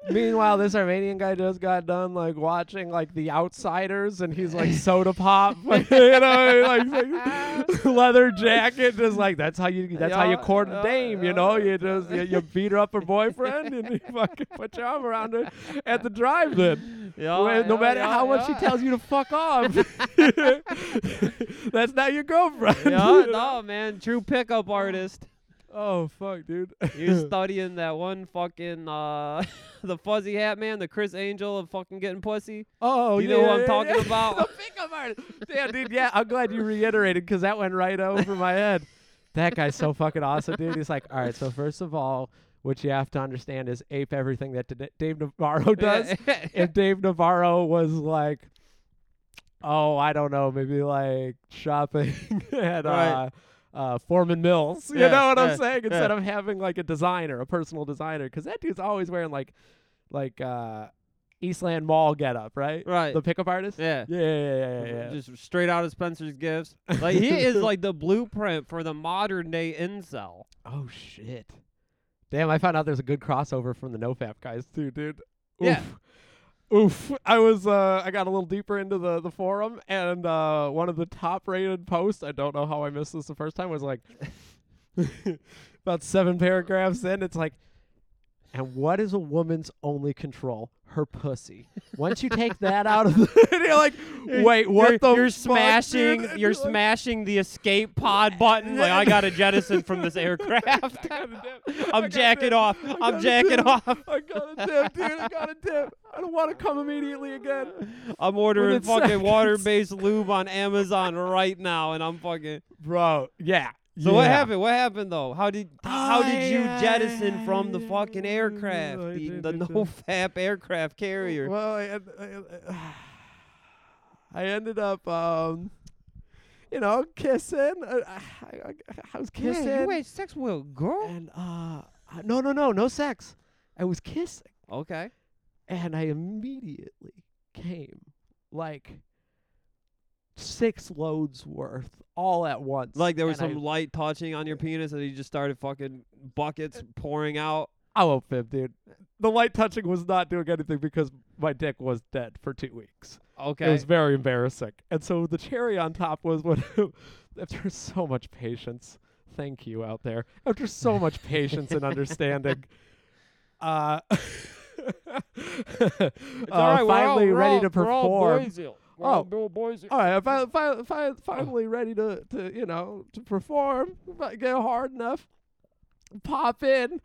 S4: Meanwhile, this Armenian guy just got done like watching like The Outsiders, and he's like soda pop, [LAUGHS] like, you know, like, like, [LAUGHS] leather jacket, just like that's how you that's how you
S3: Yeah,
S4: court a
S3: yeah,
S4: dame, you know, you just you, you beat her up her boyfriend, and you fucking put your arm around her at the drive-in.
S3: Yeah,
S4: Well,
S3: Oh,
S4: no
S3: yeah,
S4: matter
S3: yeah,
S4: how much she
S3: yeah.
S4: tells you to fuck off, [LAUGHS] that's not your girlfriend.
S3: [LAUGHS] yeah,
S4: you know?
S3: no, man. True pickup artist.
S4: [LAUGHS] Oh fuck, dude.
S3: [LAUGHS] You're studying that one fucking uh [LAUGHS] the fuzzy hat man, the Chris Angel of fucking getting pussy.
S4: Oh,
S3: You know what I'm
S4: yeah,
S3: talking
S4: yeah. [LAUGHS]
S3: about?
S4: the pickup artist. Damn, dude. Yeah, I'm glad you reiterated because that went right over my head. That guy's so fucking awesome, dude. He's like, all right, so first of all, what you have to understand is ape
S3: [LAUGHS]
S4: everything that D- Dave Navarro does.
S3: Yeah.
S4: and Dave Navarro was like, oh, I don't know, maybe like shopping [LAUGHS] at
S3: Right.
S4: uh, uh, Foreman Mills. You
S3: Yeah,
S4: know what
S3: yeah,
S4: I'm saying? Instead of having like a designer, a personal designer, because that dude's always wearing like like uh, Eastland Mall getup, right?
S3: Right.
S4: The pickup artist.
S3: Yeah. Mm-hmm.
S4: Yeah, yeah, yeah, yeah. yeah.
S3: Just straight out of Spencer's gifts. Like he [LAUGHS] is like the blueprint for the modern day incel.
S4: oh shit. Damn, I found out there's a good crossover from the NoFap guys too, dude.
S3: Yeah.
S4: Oof. Oof. I was uh I got a little deeper into the the forum and uh one of the top rated posts, I don't know how I missed this the first time, was like [LAUGHS] about seven paragraphs in, it's like and what is a woman's only control? Her pussy. Once you take that out of the [LAUGHS] you're like, wait, what
S3: you're,
S4: the
S3: you're
S4: fuck,
S3: smashing
S4: dude? And [LAUGHS]
S3: you're
S4: like-
S3: smashing the escape pod button like i gotta jettison from [LAUGHS] this aircraft i'm jacking off i'm jacking off
S4: I got a dip, dude. I got a dip. I don't want to come immediately
S3: [LAUGHS]
S4: again.
S3: i'm ordering
S4: Within
S3: fucking
S4: seconds.
S3: water-based lube on amazon right now and i'm
S4: [LAUGHS]
S3: fucking
S4: Bro, yeah.
S3: so what happened what happened though how did how did you
S4: I-
S3: jettison from the fucking aircraft
S4: I
S3: the, the
S4: didn't.
S3: nofap aircraft carrier
S4: Well, I, end- I, I ended up, um, you know, kissing. I, I, I, I was kissing.
S3: sex will girl
S4: and, uh, no, no, no, no sex. I was kissing.
S3: okay
S4: and I immediately came like six loads worth all at once.
S3: like there was
S4: and
S3: some light touching on your penis and you just started fucking buckets pouring out
S4: I, I won't fib, dude. The light touching was not doing anything because my dick was dead for two weeks.
S3: okay
S4: It was very embarrassing, and so the cherry on top was what [LAUGHS] after so much patience. Thank you out there. After so much patience and understanding, uh, [LAUGHS] uh, finally ready to perform. all Oh. All right, if I, fi- fi- finally ready to, to you know to perform, if I get hard enough, pop in,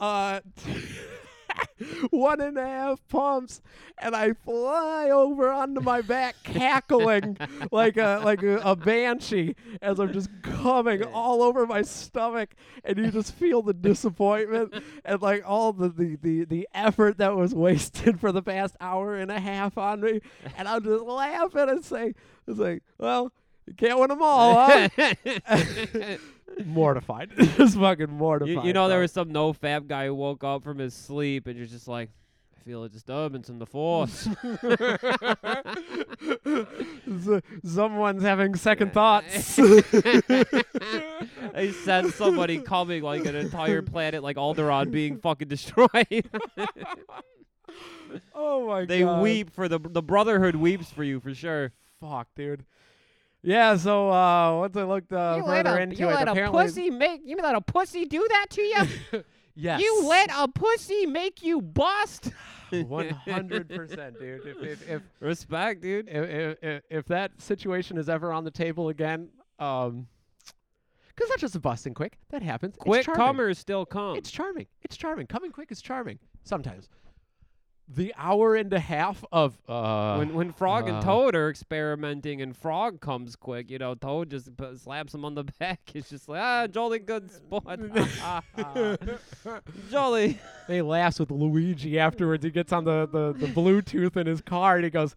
S4: uh, [LAUGHS] one and a half pumps, and I fly over onto my back,
S3: [LAUGHS]
S4: cackling like a like a, a banshee as I'm just coming all over my stomach, and you just feel
S3: [LAUGHS]
S4: the disappointment and like all the the the, the effort that was wasted for the past hour and a half on me, and I'm just laughing and saying, "It's like, well, you can't win them all."
S3: [LAUGHS]
S4: Huh? [LAUGHS] mortified, [LAUGHS] just fucking mortified.
S3: you, you know, there
S4: bro.
S3: was some no fab guy who woke up from his sleep and you're just like, I feel a disturbance in the
S4: [LAUGHS]
S3: force.
S4: S- Someone's having
S3: [LAUGHS]
S4: second thoughts. [LAUGHS]
S3: they sent somebody coming, like an entire planet, like Alderaan, being fucking [LAUGHS]
S4: [LAUGHS]
S3: destroyed.
S4: oh my
S3: they
S4: god.
S3: weep for the the Brotherhood weeps for you for sure.
S4: Fuck, dude. Yeah, so uh, once I looked uh, further into it, apparently,
S3: make you let a pussy do that to
S4: [LAUGHS]
S3: you?
S4: yes,
S3: [LAUGHS] a pussy make you bust?
S4: one hundred percent, dude. If if, if [LAUGHS]
S3: Respect, dude.
S4: if if if that situation is ever on the table again, um, because that's just a busting quick. That happens.
S3: Quick
S4: it's charming.
S3: comers still come.
S4: It's charming. It's charming. Coming quick is charming sometimes. The hour and a half of uh,
S3: when when Frog and
S4: uh,
S3: Toad are experimenting and Frog comes quick, you know, Toad just p- slaps him on the [LAUGHS] back. It's just like, ah, jolly good
S4: [LAUGHS]
S3: sport. [LAUGHS] jolly.
S4: they laughs with Luigi afterwards. He gets on the, the, the Bluetooth in his car and he goes,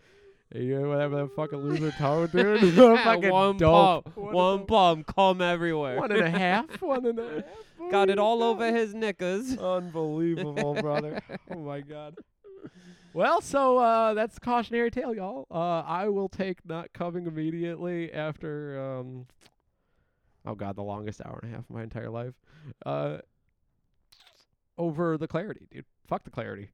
S4: "Hey, you know whatever that fucking loser
S3: [LAUGHS]
S4: toad, dude. [LAUGHS] fucking
S3: Ah, one
S4: dope.
S3: pump,
S4: What
S3: one pump, come everywhere.
S4: a- One and a half. One and a half.
S3: Got it
S4: Oh,
S3: all
S4: God.
S3: over his knickers. [LAUGHS]
S4: Unbelievable, brother. Oh my god. Well, so uh, that's cautionary tale, y'all. Uh, I will take not coming immediately after. Um, oh god, the longest hour and a half of my entire life. Uh, over the clarity, dude. Fuck the clarity.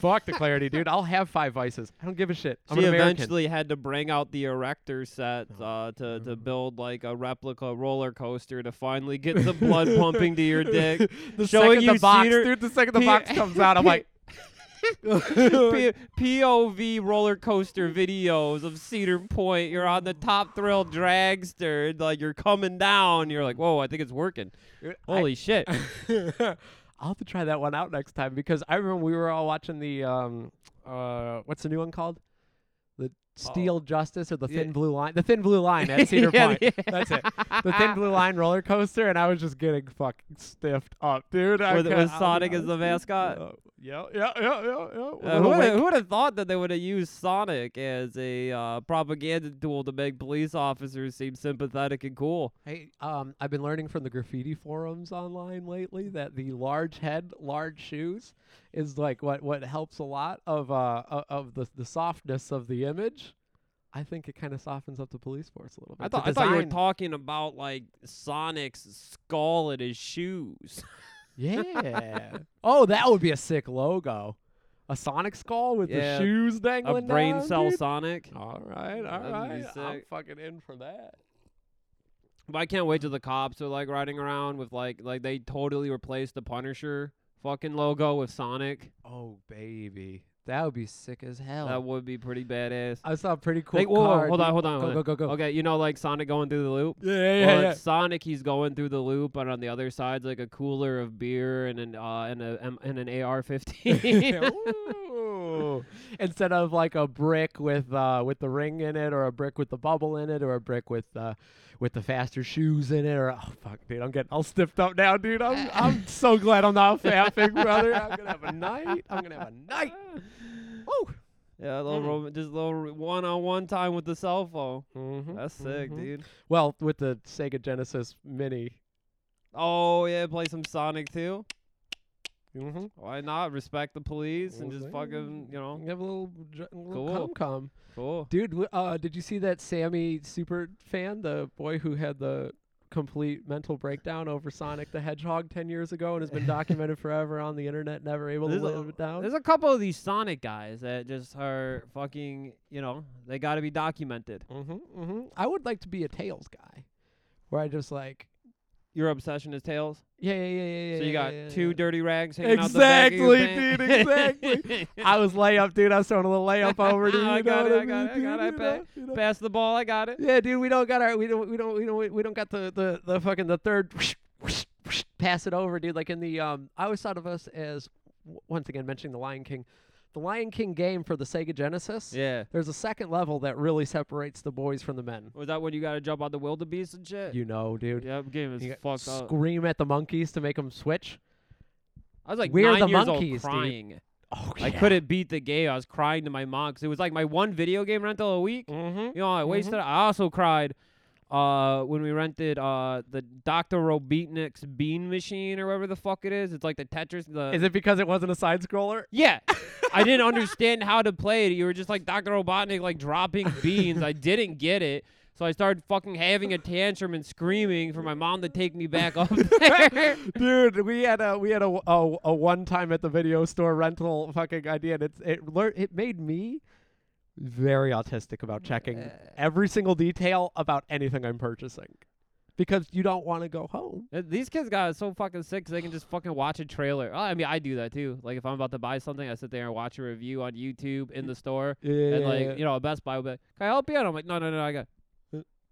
S4: Fuck the clarity, dude. I'll have five vices. I don't give a shit. I'm
S3: [LAUGHS] she
S4: an American. Oh.
S3: eventually had to bring out the erector set uh, to
S4: Mm.
S3: to build like a replica roller coaster to finally get the blood pumping to
S4: [LAUGHS]
S3: your dick.
S4: the
S3: showing
S4: second
S3: you
S4: the box,
S3: Cedar-
S4: dude. The second the
S3: Pe-
S4: box comes out, I'm like. [LAUGHS]
S3: [LAUGHS] P- POV roller coaster videos of Cedar Point. You're on the top thrill dragster. and, Like you're coming down. You're like, whoa, I think it's working. Holy
S4: [LAUGHS]
S3: shit.
S4: I'll have to try that one out next time because I remember we were all watching the um uh what's the new one called? The Steel Justice or the
S3: Oh. Yeah.
S4: Thin Blue Line? The Thin Blue
S3: [LAUGHS]
S4: Line at Cedar
S3: Yeah,
S4: Point.
S3: yeah.
S4: That's it. The Thin Blue Line roller coaster, and I was just getting fucking stiffed up, dude. I
S3: With,
S4: ca-
S3: with
S4: I'll be
S3: Sonic as the
S4: honest, dude.
S3: mascot.
S4: Oh, Yeah, yeah, yeah, yeah, yeah. With
S3: Uh,
S4: a
S3: who
S4: wink.
S3: would have thought that they would have used Sonic as a uh, propaganda tool to make police officers seem sympathetic and cool?
S4: Hey, um, I've been learning from the graffiti forums online lately that the large head, large shoes, is like what what helps a lot of uh o- of the the softness of the image. I think it kind of softens up the police force a little bit.
S3: I
S4: The
S3: thought I thought you were
S4: design-
S3: talking about like Sonic's skull at his shoes. [LAUGHS]
S4: yeah. oh, that would be a sick logo. A Sonic skull with
S3: Yeah,
S4: the shoes dangling
S3: a brain
S4: down,
S3: cell
S4: dude.
S3: Sonic.
S4: All right, all
S3: That'd
S4: right.
S3: be
S4: I'm
S3: sick.
S4: fucking in for that.
S3: But I can't wait till the cops are like riding around with like like they totally replaced the Punisher fucking logo with Sonic.
S4: Oh baby, that would be sick as hell.
S3: That would be pretty badass.
S4: Oh. I saw a pretty cool.
S3: Like, whoa, whoa,
S4: car,
S3: hold on,
S4: dude.
S3: hold on,
S4: Go
S3: hold
S4: go
S3: on.
S4: go go.
S3: Okay, you know like Sonic going through the loop.
S4: Yeah, [LAUGHS] yeah,
S3: well, it's Sonic he's going through the loop, but on the other side's like a cooler of beer and an uh, and a um, and an [LAUGHS]
S4: [LAUGHS]
S3: AR-15.
S4: Ooh. Instead of like a brick with uh, with the ring in it, or a brick with the bubble in it, or a brick with uh, with the faster shoes in it, or oh fuck, dude, I'm getting all stiffed up now, dude. I'm I'm so glad I'm
S3: [LAUGHS]
S4: not fapping, brother. I'm gonna have a night. I'm gonna have a night. Woo.
S3: yeah, a little
S4: Mm.
S3: rom- just a little r- one-on-one time with the cell phone. That's sick,
S4: mhm.
S3: dude.
S4: Well, with the Sega Genesis Mini.
S3: Oh yeah, play some Sonic too.
S4: Mm-hmm.
S3: Why not respect the police and just
S4: Okay.
S3: fucking you know
S4: You have a little, dr- a little
S3: Cool.
S4: come come.
S3: cool.
S4: Dude, w- uh, did you see that Sammy super fan, the boy who had the complete mental breakdown over Sonic the Hedgehog 10 years ago and
S3: [LAUGHS]
S4: has been documented forever on the internet, never able to
S3: There's
S4: live it
S3: a,
S4: down?
S3: there's a couple of these Sonic guys that just are fucking you know they got to be documented.
S4: Mm-hmm, mm-hmm. I would like to be a Tails guy where I just like,
S3: Your obsession is tails.
S4: yeah, yeah, yeah, yeah. yeah,
S3: So you got
S4: yeah, yeah,
S3: two
S4: yeah.
S3: dirty rags hanging out the back of your
S4: Exactly,
S3: pant. [LAUGHS]
S4: dude, I was layup, dude. I was throwing a little layup over to you.
S3: I
S4: you
S3: got it,
S4: know what
S3: I got it, I
S4: mean,
S3: got
S4: dude,
S3: it,
S4: you
S3: I
S4: know,
S3: bet.
S4: you know.
S3: Pass the ball. I got it.
S4: Yeah, dude, we don't got our we don't we don't we don't we don't got the the the fucking the third pass it over, dude. Like in the um, I always thought of us as w- once again mentioning the Lion King, the Lion King game for the Sega Genesis.
S3: Yeah.
S4: There's a second level that really separates the boys from the men.
S3: Was that when you got to jump on the wildebeest and shit?
S4: You know, dude.
S3: yeah, game is
S4: You got-
S3: fucked up.
S4: Scream at the monkeys to make them switch.
S3: I was like
S4: We're
S3: nine
S4: the
S3: years
S4: monkeys, dude.
S3: old crying.
S4: Oh,
S3: I couldn't beat the game. I was crying to my mom because it was like my one video game rental a week.
S4: Mm-hmm.
S3: You know, I wasted. it. I also cried uh, when we rented uh, the Doctor Robotnik's Bean Machine or whatever the fuck it is. It's like the Tetris. The
S4: Is it because it wasn't a side scroller?
S3: yeah, I didn't
S4: [LAUGHS]
S3: understand how to play it. You were just like Doctor Robotnik, like dropping beans. I didn't get it. So I started fucking having a tantrum and screaming for my mom to take me back
S4: [LAUGHS]
S3: up there. [LAUGHS]
S4: Dude, we had a we had a, a, a one time at the video store rental fucking idea, and it's it lear- it made me very autistic about checking every single detail about anything I'm purchasing, because you don't want to go home.
S3: Uh, These kids got so fucking sick 'cause they can just fucking watch a trailer. Oh, I mean, I do that too. Like if I'm about to buy something, I sit there and watch a review on YouTube in the store, and like you know, a Best Buy would be like, "Can I help you?" And I'm like, "No, no, no, I got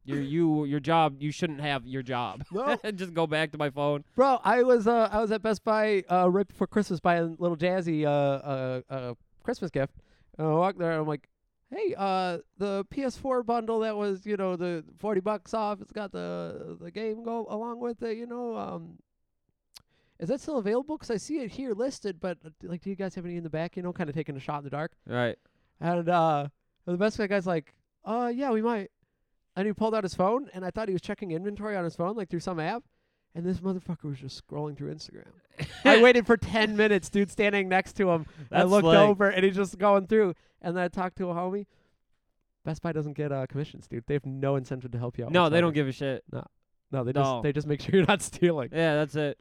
S3: your you your job. You shouldn't have your job."
S4: [LAUGHS] No.
S3: [LAUGHS] just go back to my phone.
S4: bro, I was uh, I was at Best Buy uh, right before Christmas buying little Jazzy uh, uh, uh, Christmas gift, and I walked there, and I'm like. Hey, uh, the PS4 bundle that was, you know, the forty bucks off. It's got the the game go along with it. You know, um, is that still available? 'Cause I see it here listed, but uh, d- like, do you guys have any in the back? You know, kind of taking a shot in the dark.
S3: Right.
S4: And uh, the best guy guy's like, uh, yeah, we might. And he pulled out his phone, and I thought he was checking inventory on his phone, like through some app. And this motherfucker was just scrolling
S3: [LAUGHS]
S4: through Instagram. [LAUGHS] I waited for 10 minutes, dude, standing next to him. I
S3: That's
S4: looked
S3: like-
S4: over, and he's just going through. And then I talked to a homie. Best Buy doesn't get uh, commissions, dude. They have no incentive to help you out.
S3: No, they
S4: whatsoever.
S3: don't give a shit.
S4: No, they just
S3: no.
S4: they just make sure you're not [LAUGHS] stealing.
S3: Yeah, that's it.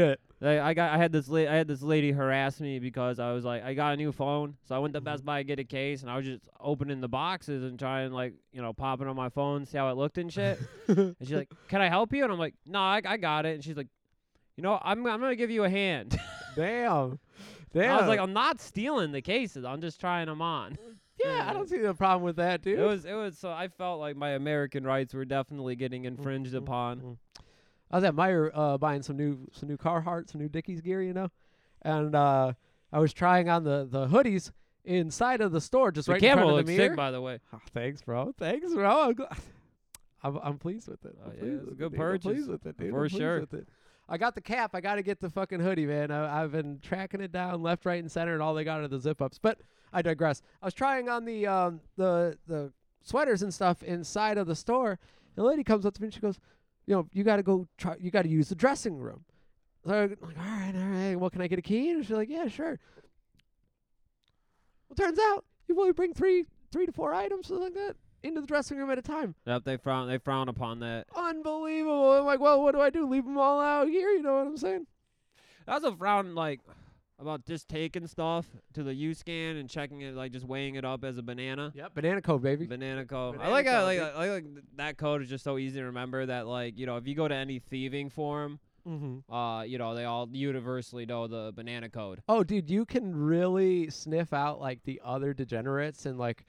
S3: [LAUGHS]
S4: it.
S3: Like, I got I had this la- I had this lady harass me because I was like I got a new phone, so I went to Best Buy to get a case, and I was just opening the boxes and trying like you know popping on my phone, see how it looked and shit. and she's like, "Can I help you?" And I'm like, "No, I, I got it." And she's like, "You know, I'm I'm gonna give you a hand." [LAUGHS]
S4: Damn.
S3: And
S4: Damn.
S3: I was like, oh, "I'm not stealing the cases. I'm just trying them on."
S4: yeah, I don't see the problem with that, dude.
S3: It was it was so I felt like my American rights were definitely getting infringed upon.
S4: I was at Meyer uh, buying some new some new Carhartt, some new Dickies gear, you know, and uh, I was trying on the the hoodies inside of the store, just
S3: The
S4: right in
S3: camera
S4: front of
S3: looks
S4: the
S3: sick,
S4: mirror.
S3: by the way.
S4: Oh, [LAUGHS] thanks, bro. Thanks, bro. I'm, gl- [LAUGHS] I'm, I'm pleased with it.
S3: Oh,
S4: I'm
S3: yeah,
S4: pleased
S3: it's a
S4: with
S3: good
S4: it, dude. I'm
S3: purchase,
S4: pleased with it, dude.
S3: for
S4: I'm pleased
S3: sure.
S4: with it. I got the cap. I got to get the fucking hoodie, man. I, I've been tracking it down left, right, and center, and all they got are the zip ups. But I digress. I was trying on the um, the the sweaters and stuff inside of the store. And the lady comes up to me and she goes, "You know, you got to go try. You got to use the dressing room." So I'm like, all right, all right. Well, can I get a key? And she's like, yeah, sure. Well, turns out you only bring three, three to four items, something like that, into the dressing room at a time.
S3: Yep, they frown they frown upon that.
S4: Unbelievable. I'm like, well, what do I do? Leave them all out here? You know what I'm saying?
S3: That's a frown like about just taking stuff to the U scan and checking it, like just weighing it up as a banana.
S4: Yep. Banana code, baby.
S3: Banana code. I
S4: Banana
S3: like how
S4: code,
S3: like,
S4: dude.
S3: I like th- that code is just so easy to remember that like you know if you go to any thieving forum,
S4: mm-hmm.
S3: uh you know they all universally know the banana code.
S4: Oh, dude, you can really sniff out like the other degenerates in like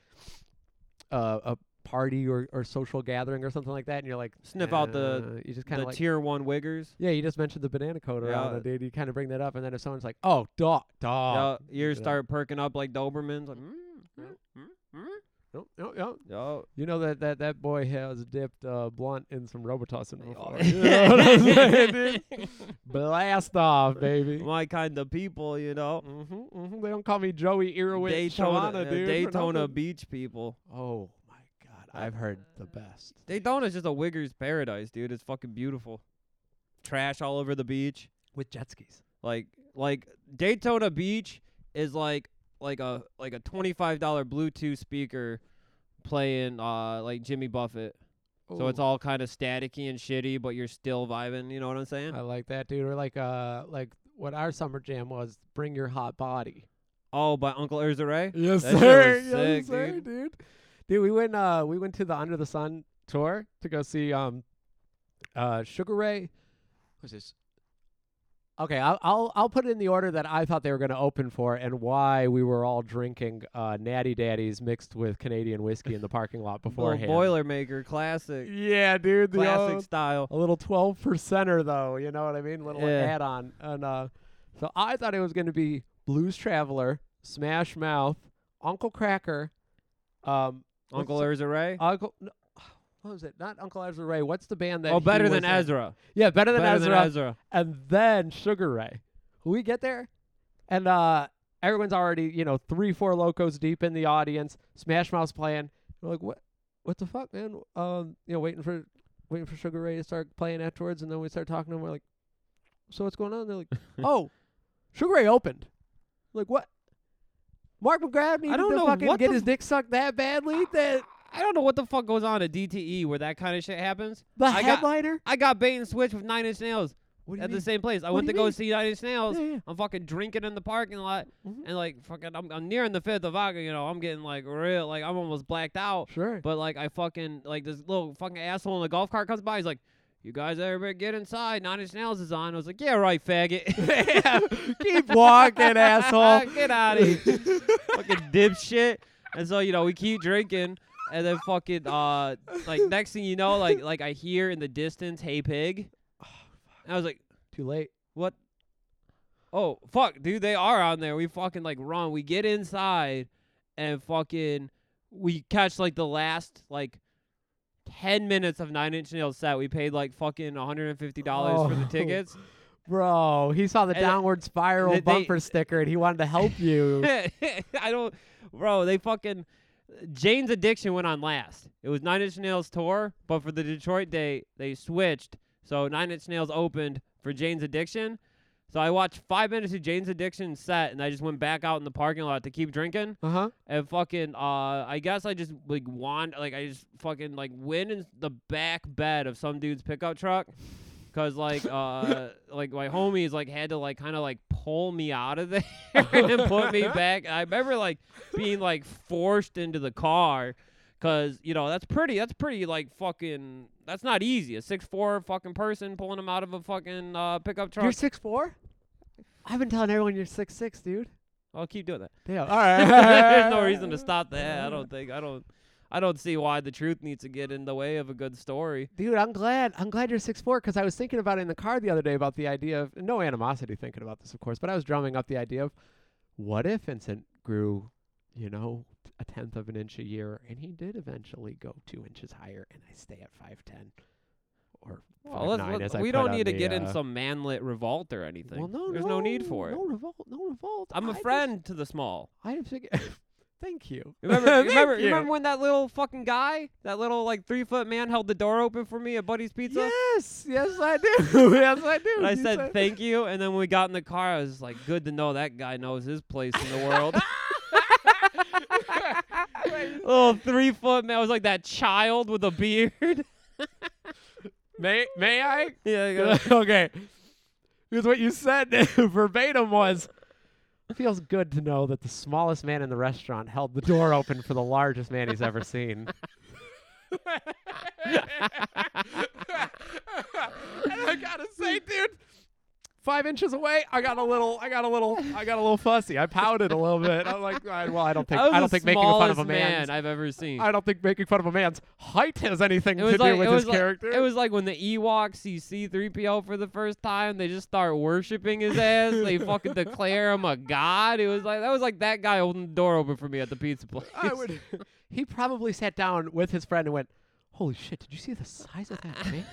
S4: uh, a party or, or social gathering or something like that, and you're like
S3: Sniff out the-
S4: "Uh," you just kind
S3: the
S4: of like
S3: tier one wiggers.
S4: Yeah, you just mentioned the banana code around
S3: Yeah.
S4: it, dude. You kind of bring that up, and then if someone's like, "Oh, dog, dog,"
S3: Yo, ears
S4: yeah.
S3: start perking up like Dobermans. Like, mm, mm, mm, mm.
S4: no, no, no.
S3: Yo,
S4: you know that that that boy has dipped uh, blunt in some Robitussin before.
S3: Oh.
S4: [LAUGHS] you know what I'm saying, dude? Blast off, [LAUGHS] baby.
S3: my kind of people, you know.
S4: Mm-hmm, mm-hmm. They don't call me Joey Irwin
S3: Daytona,
S4: Shawana,
S3: uh,
S4: dude. [LAUGHS] for
S3: Daytona
S4: nothing.
S3: Beach people.
S4: Oh my God, I've heard the best.
S3: Daytona's just a wigger's paradise, dude. It's fucking beautiful. Trash all over the beach.
S4: with jet skis.
S3: Like like Daytona Beach is like like a like a twenty five dollar Bluetooth speaker playing uh like Jimmy Buffett. So it's
S4: Ooh.
S3: all kind of staticky and shitty, but you're still vibing, you know what I'm saying?
S4: I like that, dude. Or like uh, like what our summer jam was. Bring your hot body.
S3: oh, by Uncle Urzaray?
S4: Yes,
S3: That shit
S4: sir.
S3: was
S4: Yes,
S3: sick,
S4: sir, dude.
S3: dude.
S4: dude. we went uh we went to the Under the Sun tour to go see um uh Sugar Ray. What's this? Okay, I'll, I'll I'll put it in the order that I thought they were going to open for, and why we were all drinking uh, Natty Daddies mixed with Canadian whiskey in the parking lot beforehand.
S3: Little Boilermaker, classic.
S4: Yeah, dude. The um,
S3: classic
S4: old-
S3: style.
S4: a little 12 percenter though you know what i mean little
S3: Yeah.
S4: add on and uh so i thought it was going to be blues traveler smash mouth uncle cracker um what's
S3: Uncle Er-,
S4: the-
S3: Urzaray?
S4: uncle no, [SIGHS] what was it not uncle ezra ray what's the band that
S3: oh,
S4: he
S3: better
S4: was
S3: than
S4: in?
S3: Ezra.
S4: yeah better than
S3: Better
S4: ezra,
S3: than Ezra.
S4: and then sugar ray we get there and uh everyone's already you know three four locos deep in the audience smash mouth's playing we're like what what the fuck, man? Um, you know, waiting for waiting for Sugar Ray to start playing afterwards, and then we start talking to him. We're like, so what's going on?
S3: [LAUGHS]
S4: They're like, oh, Sugar Ray opened. Like what? Mark McGrath needed
S3: don't
S4: to
S3: know
S4: fucking
S3: what
S4: get
S3: the
S4: his dick sucked that badly that
S3: I don't know what the fuck goes on at DTE where that kind of shit happens.
S4: the
S3: I got-
S4: headliner.
S3: I got bait and switch with Nine Inch Nails
S4: what do you
S3: at
S4: mean?
S3: the same place. I
S4: What
S3: went
S4: do
S3: to
S4: you
S3: go
S4: mean?
S3: see Nine Inch Nails.
S4: Yeah,
S3: [LAUGHS]
S4: yeah.
S3: I'm fucking drinking in the parking lot,
S4: Mhm.
S3: and like fucking, I'm, I'm nearing the fifth of vodka. You know, I'm getting like real, like I'm almost blacked out. [LAUGHS]
S4: Sure. [LAUGHS]
S3: But like I fucking like this little fucking asshole in the golf cart comes by. He's like, "You guys ever better get inside? Nine Inch Nails is on." I was like, "Yeah, right, [LAUGHS]
S4: [LAUGHS]
S3: faggot.
S4: Keep walking, asshole.
S3: [LAUGHS] Get out of here,
S4: [LAUGHS]
S3: fucking dipshit." And so you know we keep drinking, and then fucking uh like next thing you know, like like I hear in the distance, "Hey pig," and I was like,
S4: Too late.
S3: "What?" Oh fuck, dude, they are on there. We fucking like run. We get inside, and fucking we catch like the last like. 10 minutes of Nine Inch Nails set. We paid like fucking $150 for the
S4: Oh.
S3: tickets.
S4: Bro, he saw the
S3: And, uh,
S4: downward spiral
S3: they- they-
S4: bumper sticker and he wanted to help
S3: [LAUGHS]
S4: you.
S3: I don't, bro. They fucking Jane's Addiction went on last. It was Nine Inch Nails tour, but for the Detroit date, they switched. So Nine Inch Nails opened for Jane's Addiction. So I watched five minutes of Jane's Addiction set, and I just went back out in the parking lot to keep drinking.
S4: Uh huh.
S3: And fucking, uh, I guess I just like wand, like I just fucking like went in the back bed of some dude's pickup truck, cause like, uh, like my homies like had to like kind of like pull me out of [LAUGHS] there and put me back. I remember like being like forced into the car, cause you know that's pretty, that's pretty like fucking, that's not easy. A six four fucking person pulling him out of a fucking uh, pickup truck.
S4: You're six four? I've been telling everyone you're six six, dude.
S3: I'll keep doing that.
S4: Damn. All [LAUGHS] right.
S3: There's no reason to stop that. I don't think. I don't. I don't see why the truth needs to get in the way of a good story.
S4: Dude, I'm glad. I'm glad you're six four because I was thinking about it in the car the other day about the idea of no animosity thinking about this, of course, but I was drumming up the idea of what if Vincent grew, you know, a tenth of an inch a year, and he did eventually go two inches higher, and I stay at five ten. or
S3: Well, let's,
S4: 5'9",
S3: let-
S4: as I
S3: we
S4: put
S3: don't
S4: on
S3: need to
S4: the,
S3: get in
S4: uh,
S3: some manlet revolt or anything.
S4: Well, no,
S3: there's no, need for it.
S4: No revolt. No revolt.
S3: I'm
S4: a
S3: a friend to the
S4: [LAUGHS]
S3: small.
S4: I just think. Thank you.
S3: Remember,
S4: [LAUGHS] Thank
S3: remember,
S4: you.
S3: remember when that little fucking guy, that little like three foot man, held the door open for me at Buddy's Pizza?
S4: Yes, yes, I do. [LAUGHS] yes, I do.
S3: And I
S4: You
S3: said, "Thank you," and then when we got in the car, I was like, "Good to know that guy knows his place in the
S4: [LAUGHS]
S3: world." [LAUGHS] little three foot man, I was like that child with a beard.
S4: May may I?
S3: yeah, you [LAUGHS] gotta-
S4: [LAUGHS] okay. Because what you said [LAUGHS] verbatim was, feels good to know that the smallest man in the restaurant held the door open for the largest man he's ever seen. [LAUGHS] and I gotta say, dude, five inches away, I got a little, I got a little, I got a little fussy. I pouted a little bit. I'm like, "I- well, I don't think,
S3: I was
S4: I
S3: the
S4: don't think making fun of
S3: smallest
S4: a
S3: man
S4: man's,
S3: I've ever seen.
S4: I don't think making fun of a man's height has anything
S3: it
S4: to
S3: was
S4: do
S3: like
S4: with
S3: it
S4: his
S3: was like,
S4: character.
S3: it was like when the Ewoks see C3PO for the first time, they just start worshiping his ass.
S4: [LAUGHS]
S3: they fucking declare him a god. It was like that was like that guy holding the door open for me at the pizza place.
S4: I would. [LAUGHS] he probably sat down with his friend and went, "Holy shit! Did you see the size of that man?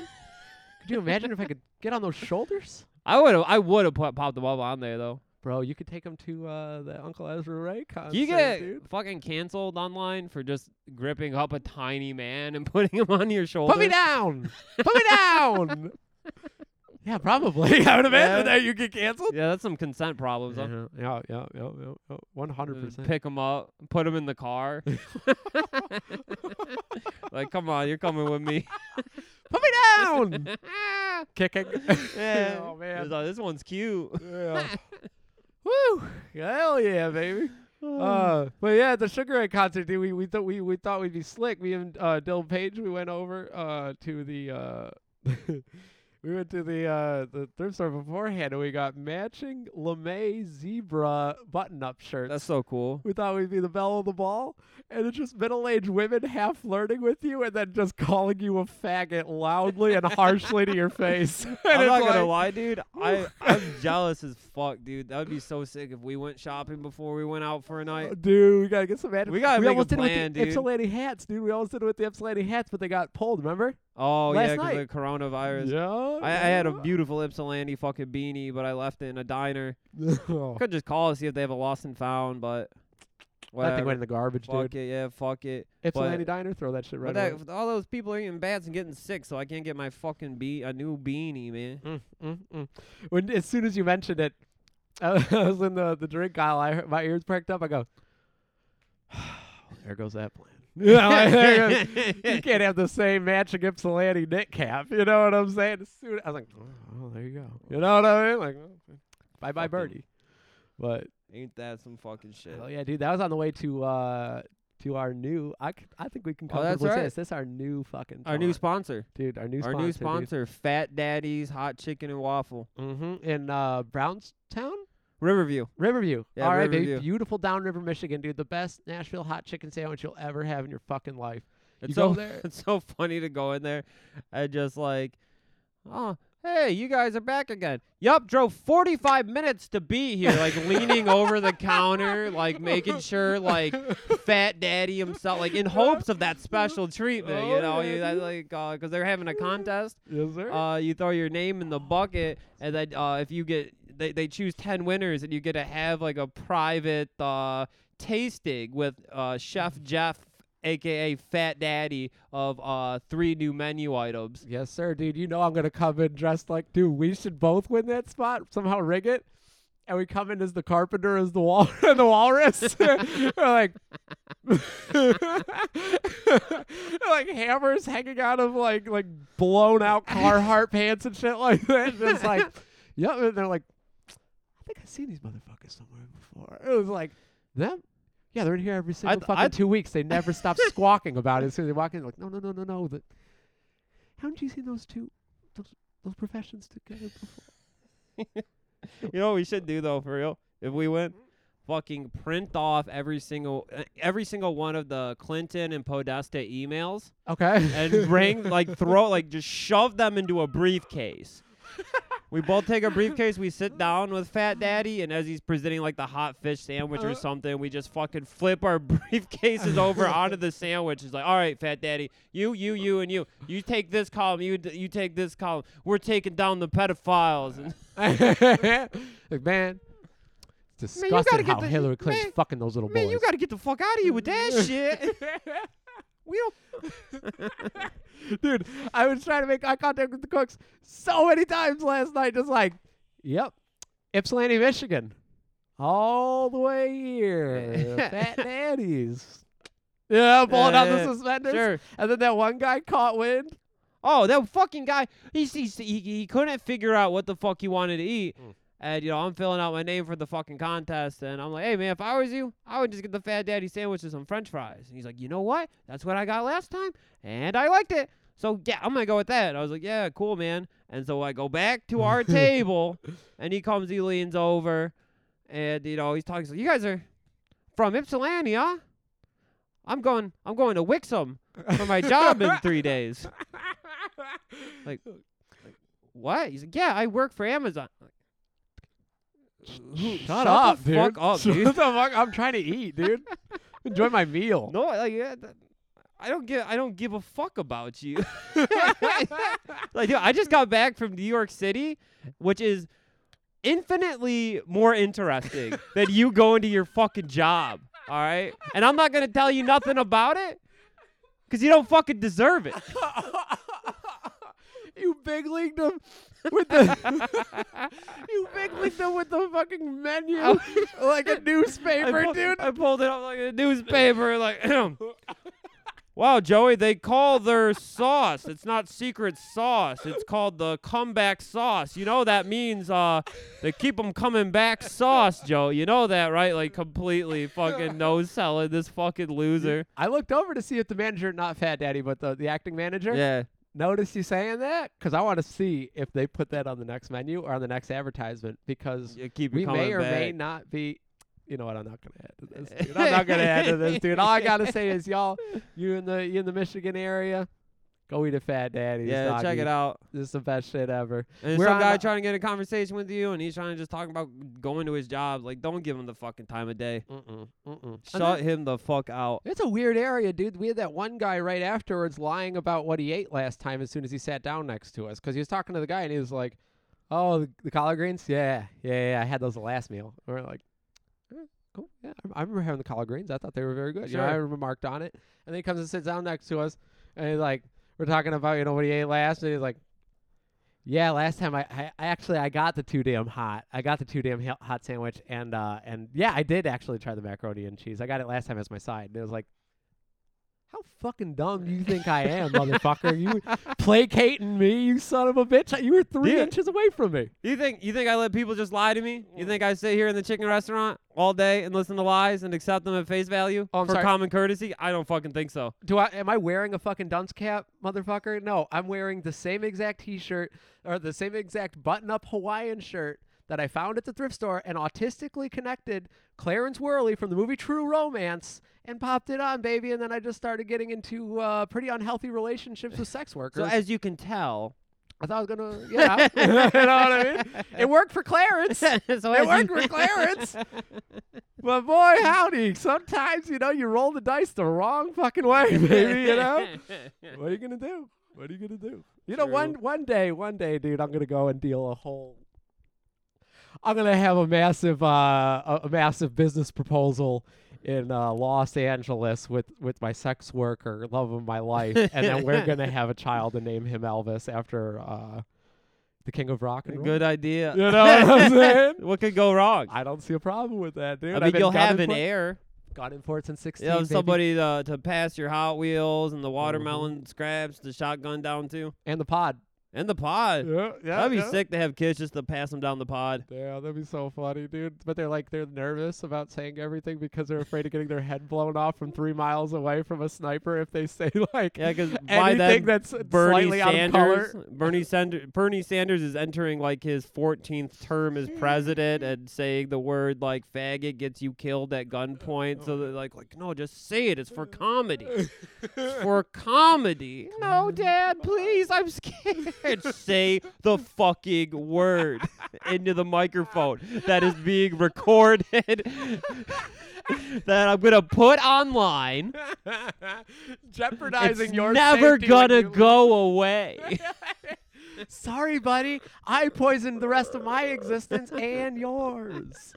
S4: Could you imagine if I could get on those shoulders,
S3: [LAUGHS] I would have I would have put popped the bubble on there though.
S4: bro? You could take him to uh, the Uncle Ezra Ray concert,
S3: You get
S4: dude.
S3: fucking canceled online for just gripping up a tiny man and [LAUGHS] putting him on your shoulder.
S4: Put me down! Put me down!" yeah, probably. [LAUGHS] I would imagine
S3: Yeah.
S4: that you get canceled.
S3: Yeah, that's some consent problems. huh?
S4: Yeah, yeah, yeah, yeah, yeah, one hundred
S3: Just [LAUGHS]
S4: percent.
S3: Pick him up, put him in the
S4: [LAUGHS]
S3: car. like, come on, you're coming with me.
S4: Put me
S3: [LAUGHS]
S4: down! Kicking.
S3: Yeah.
S4: [LAUGHS] Oh man.
S3: It's like, this one's
S4: [LAUGHS]
S3: cute.
S4: Yeah. Woo! Hell yeah, baby. Uh, but yeah, at the Sugar Ray concert, dude, we we thought we, we thought we'd be slick. Me and uh, Dylan Page, we went over uh to the uh, [LAUGHS] we went to the uh the thrift store beforehand, and we got matching LeMay zebra button-up shirts.
S3: That's so cool.
S4: we thought we'd be the belle of the ball, and it's just middle-aged women half flirting with you, and then just calling you a faggot loudly and harshly to your face. [LAUGHS] And
S3: I'm
S4: it's
S3: not gonna
S4: like-
S3: lie,
S4: [LAUGHS]
S3: dude. I I'm jealous as fuck, dude. That would be so sick if we went shopping before we went out for a
S4: [LAUGHS]
S3: night.
S4: Oh, Dude, we gotta get some. Ad-
S3: We gotta make a
S4: almost did
S3: plan,
S4: it with
S3: dude.
S4: the Ypsilanti hats, dude. We almost did it with the Ypsilanti hats, but they got pulled. Remember?
S3: Oh
S4: Last
S3: yeah, 'cause
S4: night.
S3: of the coronavirus.
S4: Yeah.
S3: I, I had a beautiful Ypsilanti fucking beanie, but I left it in a diner.
S4: [LAUGHS] beautiful.
S3: Could just call and see if they have a lost and found, but
S4: that thing
S3: whatever.
S4: went in the garbage,
S3: fuck
S4: dude.
S3: it, yeah, fuck it.
S4: Ypsilanti diner, throw that shit right
S3: But
S4: away.
S3: that, all those people are eating bats and getting sick, so I can't get my fucking be a new beanie, man.
S4: [LAUGHS] Mm, mm, mm. When as soon as you mentioned it, [LAUGHS] I was in the the drink aisle. I heard, my ears perked up. I go, [SIGHS] there goes that
S3: [LAUGHS]
S4: plan. [LAUGHS] You, know, like, there goes- you can't have the same matching Ypsilanti knit cap. You know what I'm saying? As soon- I was like, oh, there you go. You know what I mean? Like, bye bye
S3: Fucking-
S4: birdie. But
S3: Ain't that some fucking shit?
S4: oh yeah, dude, that was on the way to uh to our new. I, c- I think we can
S3: Oh, that's
S4: comfortably
S3: right.
S4: say this. This is our new fucking
S3: Our new
S4: sponsor,
S3: sponsor.
S4: dude. Our new
S3: Our
S4: sponsor,
S3: new sponsor, Fat Daddy's Hot Chicken and Waffle,
S4: Mm-hmm. in uh, Brownstown.
S3: Riverview.
S4: Riverview.
S3: Yeah,
S4: All right,
S3: Riverview.
S4: baby. Beautiful downriver Michigan, dude. The best Nashville hot chicken sandwich you'll ever have in your fucking life.
S3: It's
S4: You
S3: so
S4: go [LAUGHS] there.
S3: [LAUGHS] it's so funny to go in there and just like, oh hey, you guys are back again. Yup, drove 45 minutes to be here, like leaning over the counter,
S4: [LAUGHS]
S3: like making sure like Fat Daddy himself, like in hopes of that special treatment,
S4: Oh,
S3: you know,
S4: yeah,
S3: you, I
S4: dude.
S3: like because they're having a contest.
S4: Yes, sir.
S3: Uh, you throw your name in the bucket, and then uh, if you get, they, they choose ten winners, and you get to have like a private uh, tasting with uh, Chef Jeff, aka Fat Daddy, of uh, three new menu items.
S4: yes, sir, dude. You know I'm gonna come in dressed like, dude. We should both win that spot. Somehow rig it, and we come in as the carpenter, as the wall, [LAUGHS] and the walrus. [LAUGHS] We're like, like hammers hanging out of like like blown out Carhartt pants and shit like that. And it's like, yep. And uh, they're like, I think I've seen these motherfuckers somewhere before. [LAUGHS] It was like them. Yeah, they're in here every single
S3: th-
S4: fucking
S3: I-
S4: two weeks. They
S3: [LAUGHS]
S4: never stop squawking about it. As soon as they walk in, they're like, no, no, no, no, no. The, haven't you seen those two, those, those professions together before?
S3: [LAUGHS] You know what we should do though, for real, if we win. Fucking print off every single uh, every single one of the Clinton and Podesta emails
S4: Okay.
S3: [LAUGHS] and bring like throw like just shove them into a briefcase We both take a briefcase. We sit down with Fat Daddy, and as he's presenting like the hot fish sandwich or something, we just fucking flip our [LAUGHS] briefcases [LAUGHS] over onto the sandwich. It's like, all right, Fat Daddy, you, you, you, and you. You take this column. You, d- you take this column. We're taking down the pedophiles. And
S4: like, man, it's
S3: Man, you gotta
S4: disgusting
S3: get
S4: how
S3: the-
S4: Hillary Clinton's
S3: man-
S4: fucking those little
S3: man,
S4: boys.
S3: you gotta get the fuck out of here with [LAUGHS] that shit. [LAUGHS] we don't.
S4: [LAUGHS] Dude, I was trying to make eye contact with the cooks so many times last night, just like, yep, Ypsilanti, Michigan, all the way
S3: [LAUGHS]
S4: here, Fat Daddies. Yeah, pulling out the
S3: Uh,
S4: suspenders,
S3: sure.
S4: and then that one guy caught wind.
S3: Oh, that fucking guy. He he he, he couldn't figure out what the fuck he wanted to eat. And you know, I'm filling out my name for the fucking contest, and I'm like, "Hey man, if I was you, I would just get the Fat Daddy sandwich and some French fries." And he's like, "You know what? That's what I got last time, and I liked it. So yeah, I'm gonna go with that." I was like, "Yeah, cool, man." And so I go back to our table, and he comes, he leans over, and you know, he's talking. So you guys are from Ypsilanti, huh? I'm going. I'm going to Wixom for my job [LAUGHS]
S4: [LAUGHS]
S3: in three days what? He's like, yeah, I work for Amazon. I'm like, "Who- Shut, the
S4: dude.
S3: fuck up,
S4: [LAUGHS] Shut
S3: dude.
S4: the fuck- I'm trying to eat, dude. Enjoy my meal.
S3: no, like, yeah, that- I don't give, I don't give a fuck about you. [LAUGHS] like, dude, I just got back from New York City, which is infinitely more interesting than you going to your fucking job. All right, and I'm not gonna tell you nothing about it, cause you don't fucking deserve it.
S4: [LAUGHS] you big leagued him with the [LAUGHS] you big leagued him with the fucking [LAUGHS] menu like a newspaper,
S3: I pulled,
S4: dude.
S3: I pulled it up like a newspaper, like. [CLEARS THROAT] Wow, Joey, they call their sauce. It's not secret sauce. It's called the comeback sauce. You know that means uh they keep 'em coming back sauce, Joe. You know that, right? Like completely
S4: [LAUGHS]
S3: fucking no selling this fucking loser.
S4: I looked over to see if the manager, not Fat Daddy, but the, the acting manager,
S3: Yeah.
S4: noticed you saying that because I want to see if they put that on the next menu or on the next advertisement because
S3: You keep it
S4: we
S3: coming
S4: may or may
S3: back.
S4: not be. You know what? I'm not gonna add to this, dude. I'm not gonna add to this, dude. All I gotta say is, y'all, you in the you in the Michigan area, go eat a Fat Daddy's.
S3: Yeah, check
S4: doggy.
S3: it out.
S4: This is the best shit ever.
S3: And
S4: We're
S3: some
S4: on
S3: guy
S4: the-
S3: trying to get a conversation with you, and he's trying to just talk about going to his job. Like, don't give him the fucking time of day.
S4: Mm-mm, mm-mm.
S3: Shut him the fuck out.
S4: It's a weird area, dude. We had that one guy right afterwards lying about what he ate last time as soon as he sat down next to us because he was talking to the guy and he was like, "Oh, the, the collard greens? Yeah, yeah, yeah. I had those the last meal." And we're like, "Eh, "Cool, yeah. I, I remember having the collard greens. I thought they were very good. You know, I
S3: Sure.
S4: remarked on it." And then he comes and sits down next to us and he's like, "We're talking about you know what he ate last," and he's like. Yeah, last time I, I I actually I got the two damn hot. I got the two damn hel- hot sandwich and uh and yeah, I did actually try the macaroni and cheese. I got it last time as my side. And it was like how fucking dumb do you think I am, motherfucker? You placating me, you son of a bitch. You were 3
S3: Dude.
S4: inches away from me.
S3: You think you think I let people just lie to me? You think I sit here in the chicken restaurant all day and listen to lies and accept them at face value
S4: Oh, I'm
S3: for
S4: sorry.
S3: common courtesy? I don't fucking think so.
S4: Do I am I wearing a fucking dunce cap, motherfucker? No, I'm wearing the same exact t-shirt or the same exact button-up Hawaiian shirt that I found at the thrift store and autistically connected Clarence Worley from the movie True Romance and popped it on, baby, and then I just started getting into uh, pretty unhealthy relationships with sex
S3: So
S4: workers.
S3: as you can [LAUGHS]
S4: [LAUGHS]
S3: tell,
S4: I thought I was gonna, you know, you know what I mean? It worked
S3: [LAUGHS]
S4: for Clarence.
S3: so as
S4: It [LAUGHS] worked
S3: you-
S4: for Clarence. but boy, howdy. Sometimes, you know, you roll the dice the wrong fucking way, [LAUGHS] baby, you know? what are you going to do? What are you going to do? You know, one,
S3: True.
S4: one day, one day, dude, I'm going to go and deal a whole. I'm going to have a massive, uh, a, a massive business proposal in uh, Los Angeles with, with my sex worker, love of my life. and then we're
S3: [LAUGHS]
S4: going to have a child and name him Elvis after uh, the king of rock and
S3: [LAUGHS]
S4: roll.
S3: Good idea.
S4: You know
S3: [LAUGHS]
S4: what I'm saying?
S3: what could go wrong?
S4: I don't see a problem with that, dude.
S3: I
S4: I've
S3: mean,
S4: been
S3: you'll have
S4: gunning
S3: an
S4: for,
S3: heir.
S4: Got in for it since
S3: You
S4: sixteen.
S3: have
S4: baby. Mm-hmm.
S3: somebody to, to pass your Hot Wheels and the watermelon scraps, the shotgun down to,
S4: and the pod.
S3: and the pod.
S4: Yeah, yeah,
S3: That'd be
S4: yeah.
S3: sick to have kids just to pass them down the pod.
S4: Yeah, that'd be so funny, dude. But they're like they're nervous about saying everything because they're afraid of getting their head blown off from three miles away from a sniper if they say [LAUGHS] like
S3: Yeah, because by
S4: anything
S3: then
S4: that's
S3: Bernie
S4: slightly out of
S3: Sanders.
S4: color.
S3: Bernie Sanders. Bernie Sanders is entering like his 14th term as president, and saying the word like "faggot" gets you killed at gunpoint. So they're like, like no, just say it. It's for
S4: [LAUGHS]
S3: comedy. It's for comedy. No, Dad, please. I'm scared. and say the fucking word into the microphone that is being recorded [LAUGHS] that I'm gonna put online.
S4: [LAUGHS] Jeopardizing
S3: It's
S4: your
S3: never
S4: safety when
S3: gonna
S4: you-
S3: go away.
S4: Sorry, buddy. I poisoned the rest of my existence and yours.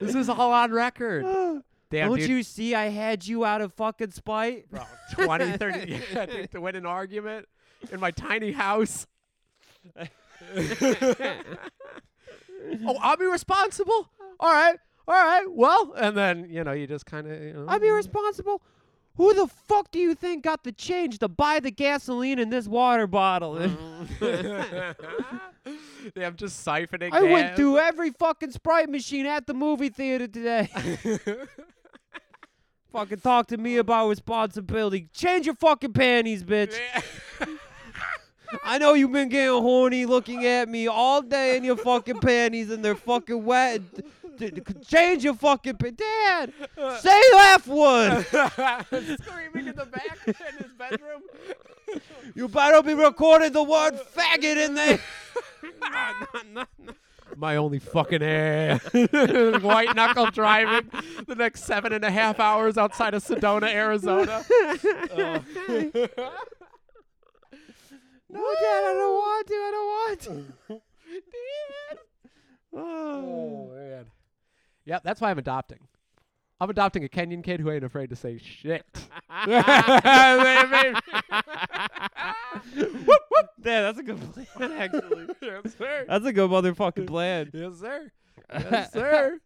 S4: This is all on record. [LAUGHS] Damn,
S3: Don't
S4: dude.
S3: you see I had you out of fucking spite?
S4: Bro, 20, 30 yeah, dude, to win an argument in my tiny house. oh, I'll be responsible. All right. All right. Well, and then, you know, you just kind of, you know.
S3: I'm
S4: [LAUGHS]
S3: irresponsible. Who the fuck do you think got the change to buy the gasoline in this water bottle?
S4: Oh
S3: [LAUGHS]
S4: yeah, I'm just siphoning.
S3: I went
S4: gas. [LAUGHS]
S3: through every fucking Sprite machine at the movie theater today. fucking talk to me about responsibility. Change your fucking panties, bitch. I know you've been getting horny looking at me all day in your fucking panties and they're fucking wet. D- d- d- change your fucking pa-
S4: [LAUGHS]
S3: Dad, say the F word.
S4: [LAUGHS] Screaming in the back in his bedroom.
S3: You better be recording the word faggot in there.
S4: My only fucking hair. [LAUGHS] White knuckle driving the next seven and a half hours outside of Sedona, Arizona.
S3: [LAUGHS] No, Dad, I don't want to. I don't want to. Dad. Oh.
S4: Oh man. Yeah, that's why I'm adopting. I'm adopting a Kenyan kid who ain't afraid to say shit. [LAUGHS] Baby.
S3: whoop, whoop. [LAUGHS] Dad, that's a good plan, [LAUGHS] actually.
S4: yes, sir.
S3: That's a good motherfucking [LAUGHS] plan.
S4: [LAUGHS] Yes, sir.
S3: [LAUGHS]
S4: Yes, sir.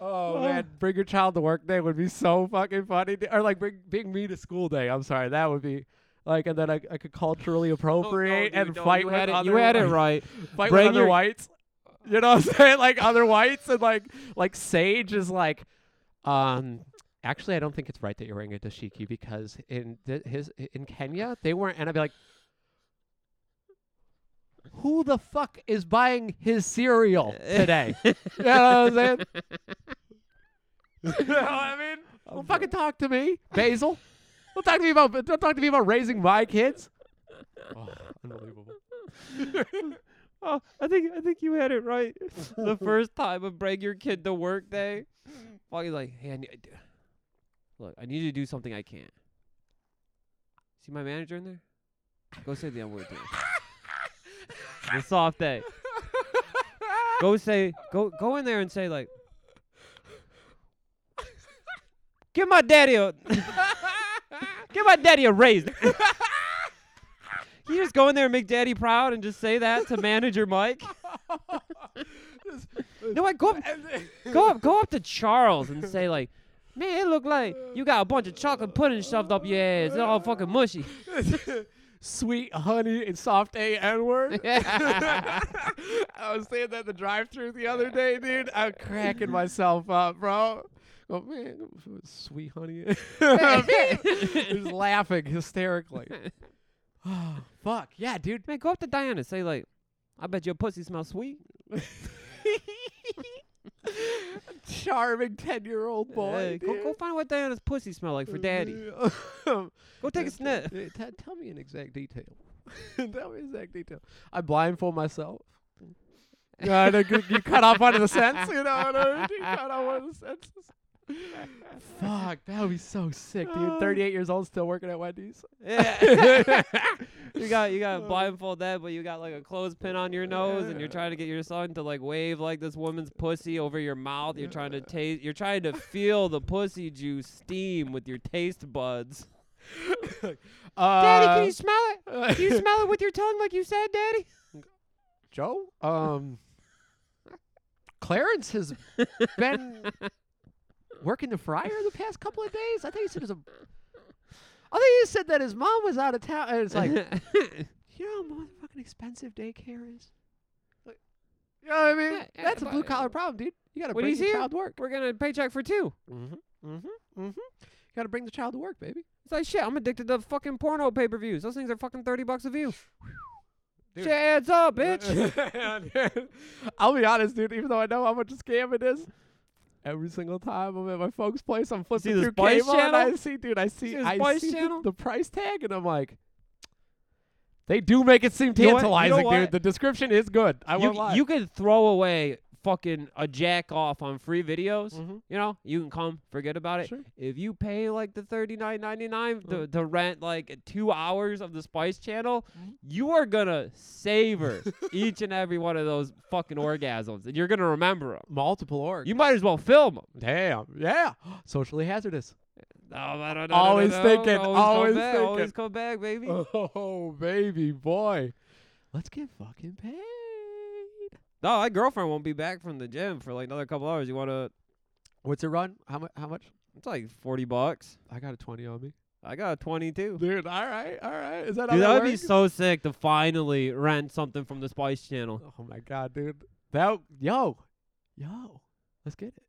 S4: Oh man, bring your child to work day would be so fucking funny, dude. or like bring bring me to school day. I'm sorry, that would be like, and then I, I
S3: [LAUGHS]
S4: could culturally appropriate
S3: Oh, dude,
S4: and
S3: no,
S4: fight
S3: you
S4: with
S3: had it-
S4: other.
S3: you had it
S4: white-
S3: right.
S4: [LAUGHS] Fight
S3: Bring
S4: with other
S3: your-
S4: whites. You know what I'm [LAUGHS] saying? Like other whites and like like Sage is like, um. Actually, I don't think it's right that you're wearing a dashiki because in th- his in Kenya they weren't, and I'd be like, who the fuck is buying his cereal
S3: [LAUGHS]
S4: today? you know what I'm saying? [LAUGHS] you know what I mean?
S3: Oh,
S4: Don't fucking talk to me, Basil. Don't talk to me about don't talk to me about raising
S3: [LAUGHS]
S4: my kids. Oh, unbelievable.
S3: Oh, I think I think you had it right. [LAUGHS] the first time of bring your kid to work day, fucking like, hey, I need, look, I need you to do something I can't. See my manager in there? Go say the N
S4: [LAUGHS]
S3: word. to him. It's a soft [LAUGHS] day. Go say, go go in there and say [LAUGHS] like, give my daddy a, [LAUGHS] give my daddy a [LAUGHS] raise. Can you just go in there and make daddy proud and just say that to manager Mike? No, what? Go up, go up, go up to Charles and say like, "Man, it look like you got a bunch of chocolate pudding shoved up your ass. It's all fucking mushy."
S4: [LAUGHS] Sweet honey and soft A N [LAUGHS] word.
S3: Yeah.
S4: I was saying that at the drive through the other day, dude. I'm cracking myself up, bro. Oh man, sweet honey. [LAUGHS] Just laughing hysterically. [SIGHS] Oh, fuck. Yeah, dude. [LAUGHS]
S3: Man, go up to Diana and say like, "I bet your pussy smells sweet."
S4: Charming ten year old
S3: Hey,
S4: boy. Mm-hmm.
S3: go, go find out what Diana's pussy smell like for daddy.
S4: [LAUGHS] daddy.
S3: Go take a
S4: That's good.
S3: sniff.
S4: Uh, t- tell me an exact detail. [LAUGHS] tell me exact detail. I blindfold myself. Yeah, I know, you, you cut off one of the senses, you know what I mean? You cut off one of the senses. Fuck, that would be so sick,
S3: Uh.
S4: dude. 38 years old, still working at Wendy's.
S3: Yeah. [LAUGHS] you got you got blindfold that, but you got like a clothespin on your nose, and you're trying to get your son to like wave like this woman's pussy over your mouth. You're trying to taste. You're trying to feel the pussy juice steam with your taste buds. Daddy,
S4: Uh,
S3: can you smell it? Can you smell it with your tongue like you said, Daddy?
S4: [LAUGHS] Joe? Um, Clarence has been working the fryer the past couple of days. I think he said his. I think he said that his mom was out of town, and it's like,
S3: [LAUGHS]
S4: you know how motherfucking expensive daycare is. Like, you know what I mean?
S3: Yeah, yeah,
S4: That's a
S3: but-
S4: blue collar problem, dude. You gotta
S3: when
S4: bring
S3: he's
S4: the
S3: here,
S4: child to work.
S3: we're gonna paycheck for two.
S4: Mm-hmm. Mm-hmm. Mm-hmm. You gotta bring the child to work, baby.
S3: It's like shit. I'm addicted to fucking porno pay per views. Those things are fucking thirty bucks a view.
S4: Dude.
S3: Shit adds
S4: [LAUGHS]
S3: up, [LAUGHS] bitch.
S4: bitch. [LAUGHS] I'll be honest, dude. Even though I know how much a scam it is, every single time I'm at my folks' place, I'm flipping
S3: the
S4: through
S3: Spice
S4: cable and I
S3: Channel?
S4: see, dude, I see,
S3: See the
S4: I
S3: Spice
S4: see the,
S3: Channel?
S4: the price tag, and I'm like, They do make it seem
S3: You know what- you know
S4: tantalizing,
S3: what?
S4: dude. The description is good. I won't
S3: You,
S4: lie.
S3: you could throw away fucking a jack off on free videos.
S4: Mhm.
S3: You know, you can come, forget about it.
S4: Sure.
S3: If you pay like the thirty nine ninety nine to,
S4: Mhm.
S3: to rent like two hours of the Spice Channel,
S4: Mm-hmm.
S3: you are gonna
S4: [LAUGHS]
S3: savor each and every one of those fucking orgasms, and you're gonna remember them.
S4: multiple org.
S3: You might as well film them.
S4: Damn. Yeah. [GASPS] Socially hazardous.
S3: Always
S4: Always thinking, always
S3: come back,
S4: thinking.
S3: always come back, baby.
S4: [GASPS] Oh, baby boy. Let's get fucking paid.
S3: No, my girlfriend won't be back from the gym for like another couple hours. You want to?
S4: What's it run? How much? How much?
S3: It's like forty bucks.
S4: I got a twenty on me.
S3: I got twenty two.
S4: Dude. All right. All right. Is that
S3: Dude,
S4: how
S3: that
S4: that
S3: would be
S4: works?
S3: so sick to finally rent something from the Spice Channel.
S4: [LAUGHS] Oh my god, dude. That yo, yo. Let's get it.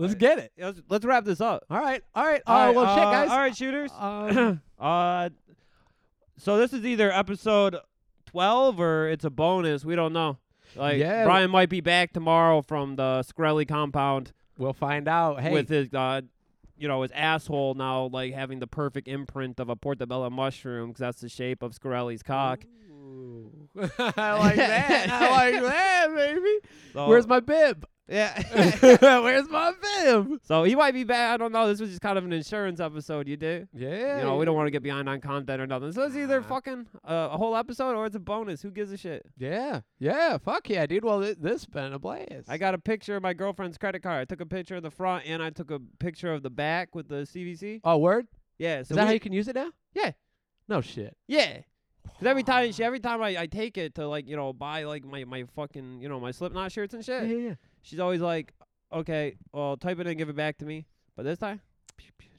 S4: Let's get it.
S3: Let's, let's wrap this up.
S4: All right. All right. All right. Well, shit,
S3: uh,
S4: guys.
S3: All right, shooters.
S4: Um,
S3: [CLEARS THROAT] [COUGHS] uh, so this is either episode twelve or it's a bonus. We don't know. Like
S4: Yeah.
S3: Brian might be back tomorrow from the Skrelly compound
S4: we'll find out. Hey,
S3: with his, uh, you know, his asshole now like having the perfect imprint of a portobello mushroom because that's the shape of Skrelly's cock.
S4: Ooh. [LAUGHS] I
S3: [LAUGHS]
S4: like that. I like that, baby.
S3: So,
S4: Mm. Where's
S3: [LAUGHS]
S4: my bib? [LAUGHS]
S3: yeah?
S4: Where's my bib?
S3: so he might be back. I don't know. This was just kind of an insurance episode. You do.
S4: Yeah.
S3: You know, we don't want to get behind on content or nothing. So it's either
S4: Nah.
S3: fucking uh, a whole episode or it's a bonus. Who gives a shit?
S4: Yeah. Yeah. Fuck yeah, dude. Well, th- this been a blast.
S3: I got a picture of my girlfriend's credit card. I took a picture of the front and I took a picture of the back with the CVC.
S4: Oh, word.
S3: Yeah. So
S4: Is that how
S3: we-
S4: you can use it now?
S3: Yeah.
S4: No shit.
S3: Yeah. 'Cause every time
S4: [SIGHS]
S3: she, every time I, I take it to like you know buy like my my fucking you know my Slipknot shirts and
S4: Yeah.
S3: shit,
S4: yeah, yeah.
S3: she's always like, okay, well type it in, give it back to me. But this time,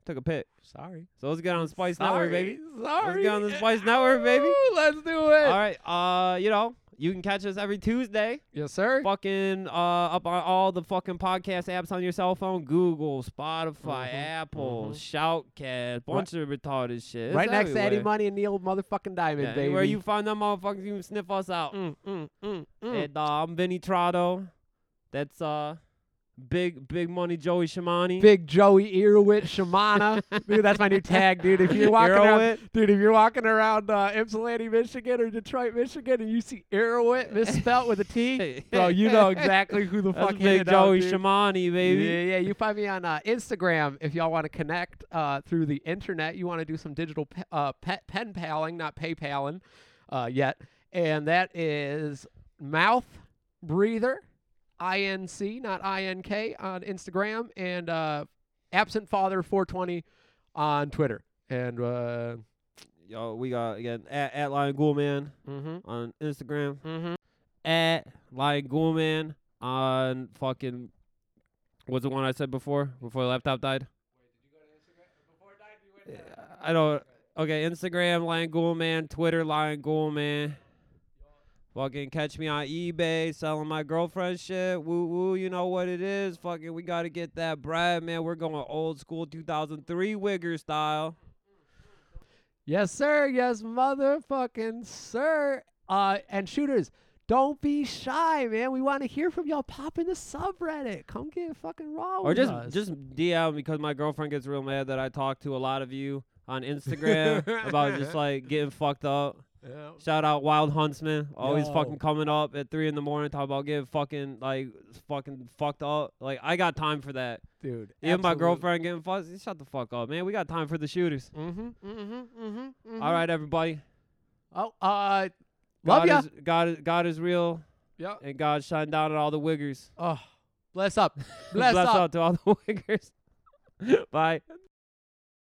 S3: took a pic.
S4: Sorry.
S3: So let's get on Spice Network, baby.
S4: Sorry.
S3: get on the Spice Network, baby.
S4: Ooh, let's do it.
S3: All right. Uh, you know, you can catch us every Tuesday.
S4: Yes, sir.
S3: fucking uh, up on all the fucking podcast apps on your cell phone Google, Spotify,
S4: Mhm,
S3: Apple, Shoutcast, bunch of retarded shit. It's
S4: right next to Eddie
S3: everywhere.
S4: Money and Neil motherfucking Diamond,
S3: Yeah,
S4: baby.
S3: Anywhere you find them motherfuckers, you can sniff us out.
S4: Mm, mm, mm, mm.
S3: And uh, I'm Vinny Trotto. That's uh, Big Big Money Joey Shimani.
S4: Big Joey Earwit
S3: [LAUGHS]
S4: Shamana. dude, that's my new tag, dude. If you're walking around,
S3: Earwit?
S4: dude, if you're walking around uh, Ypsilanti, Michigan or Detroit, Michigan and you see Earwit misspelt with a
S3: [LAUGHS]
S4: T, bro, you know exactly who the
S3: That's
S4: fuck
S3: Big
S4: handed out,
S3: Joey
S4: dude.
S3: Shimani, baby.
S4: Yeah, yeah. You find me on uh, Instagram if y'all want to connect uh, through the internet. You want to do some digital pe- uh, pe- pen paling, not PayPaling uh, yet. And that is mouth breather, INC, not INK, on Instagram, and uh, absent father 420 on Twitter. And uh,
S3: Yo, we got again at, at Lion Ghoul Man
S4: mm-hmm.
S3: on Instagram.
S4: Mm-hmm.
S3: at Lion Ghoulman on fucking what's the one I said before before the laptop died? I don't. Okay, Instagram Lion Ghoulman, Twitter Lion Ghoulman. Fucking catch me on eBay selling my girlfriend shit. Woo woo, you know what it is. Fucking, we gotta get that bread, man. We're going old school 2003 Wigger style.
S4: Yes, sir. Yes, motherfucking sir. Uh, and shooters, don't be shy, man. We want to hear from y'all. Pop in the subreddit. Come get fucking raw
S3: Or
S4: with
S3: just
S4: us.
S3: just DM because my girlfriend gets real mad that I talk to a lot of you on Instagram about
S4: [LAUGHS]
S3: just like getting fucked up.
S4: Yeah.
S3: Shout out Wild Huntsman, always
S4: Yo.
S3: fucking coming up at three in the morning, talking about getting fucking like fucking fucked up. Like I got time for that.
S4: dude.
S3: Even my girlfriend getting fucked. Shut the fuck up, man. We got time for the shooters.
S4: Mm-hmm. Mm-hmm. Mm-hmm.
S3: All right, everybody.
S4: Oh, uh,
S3: God
S4: love ya.
S3: Is, God, is- God is real,
S4: Yeah.
S3: and God shine down on all the wiggers. [LAUGHS]
S4: Oh, bless up. Bless, up.
S3: up to all the wiggers. Bye.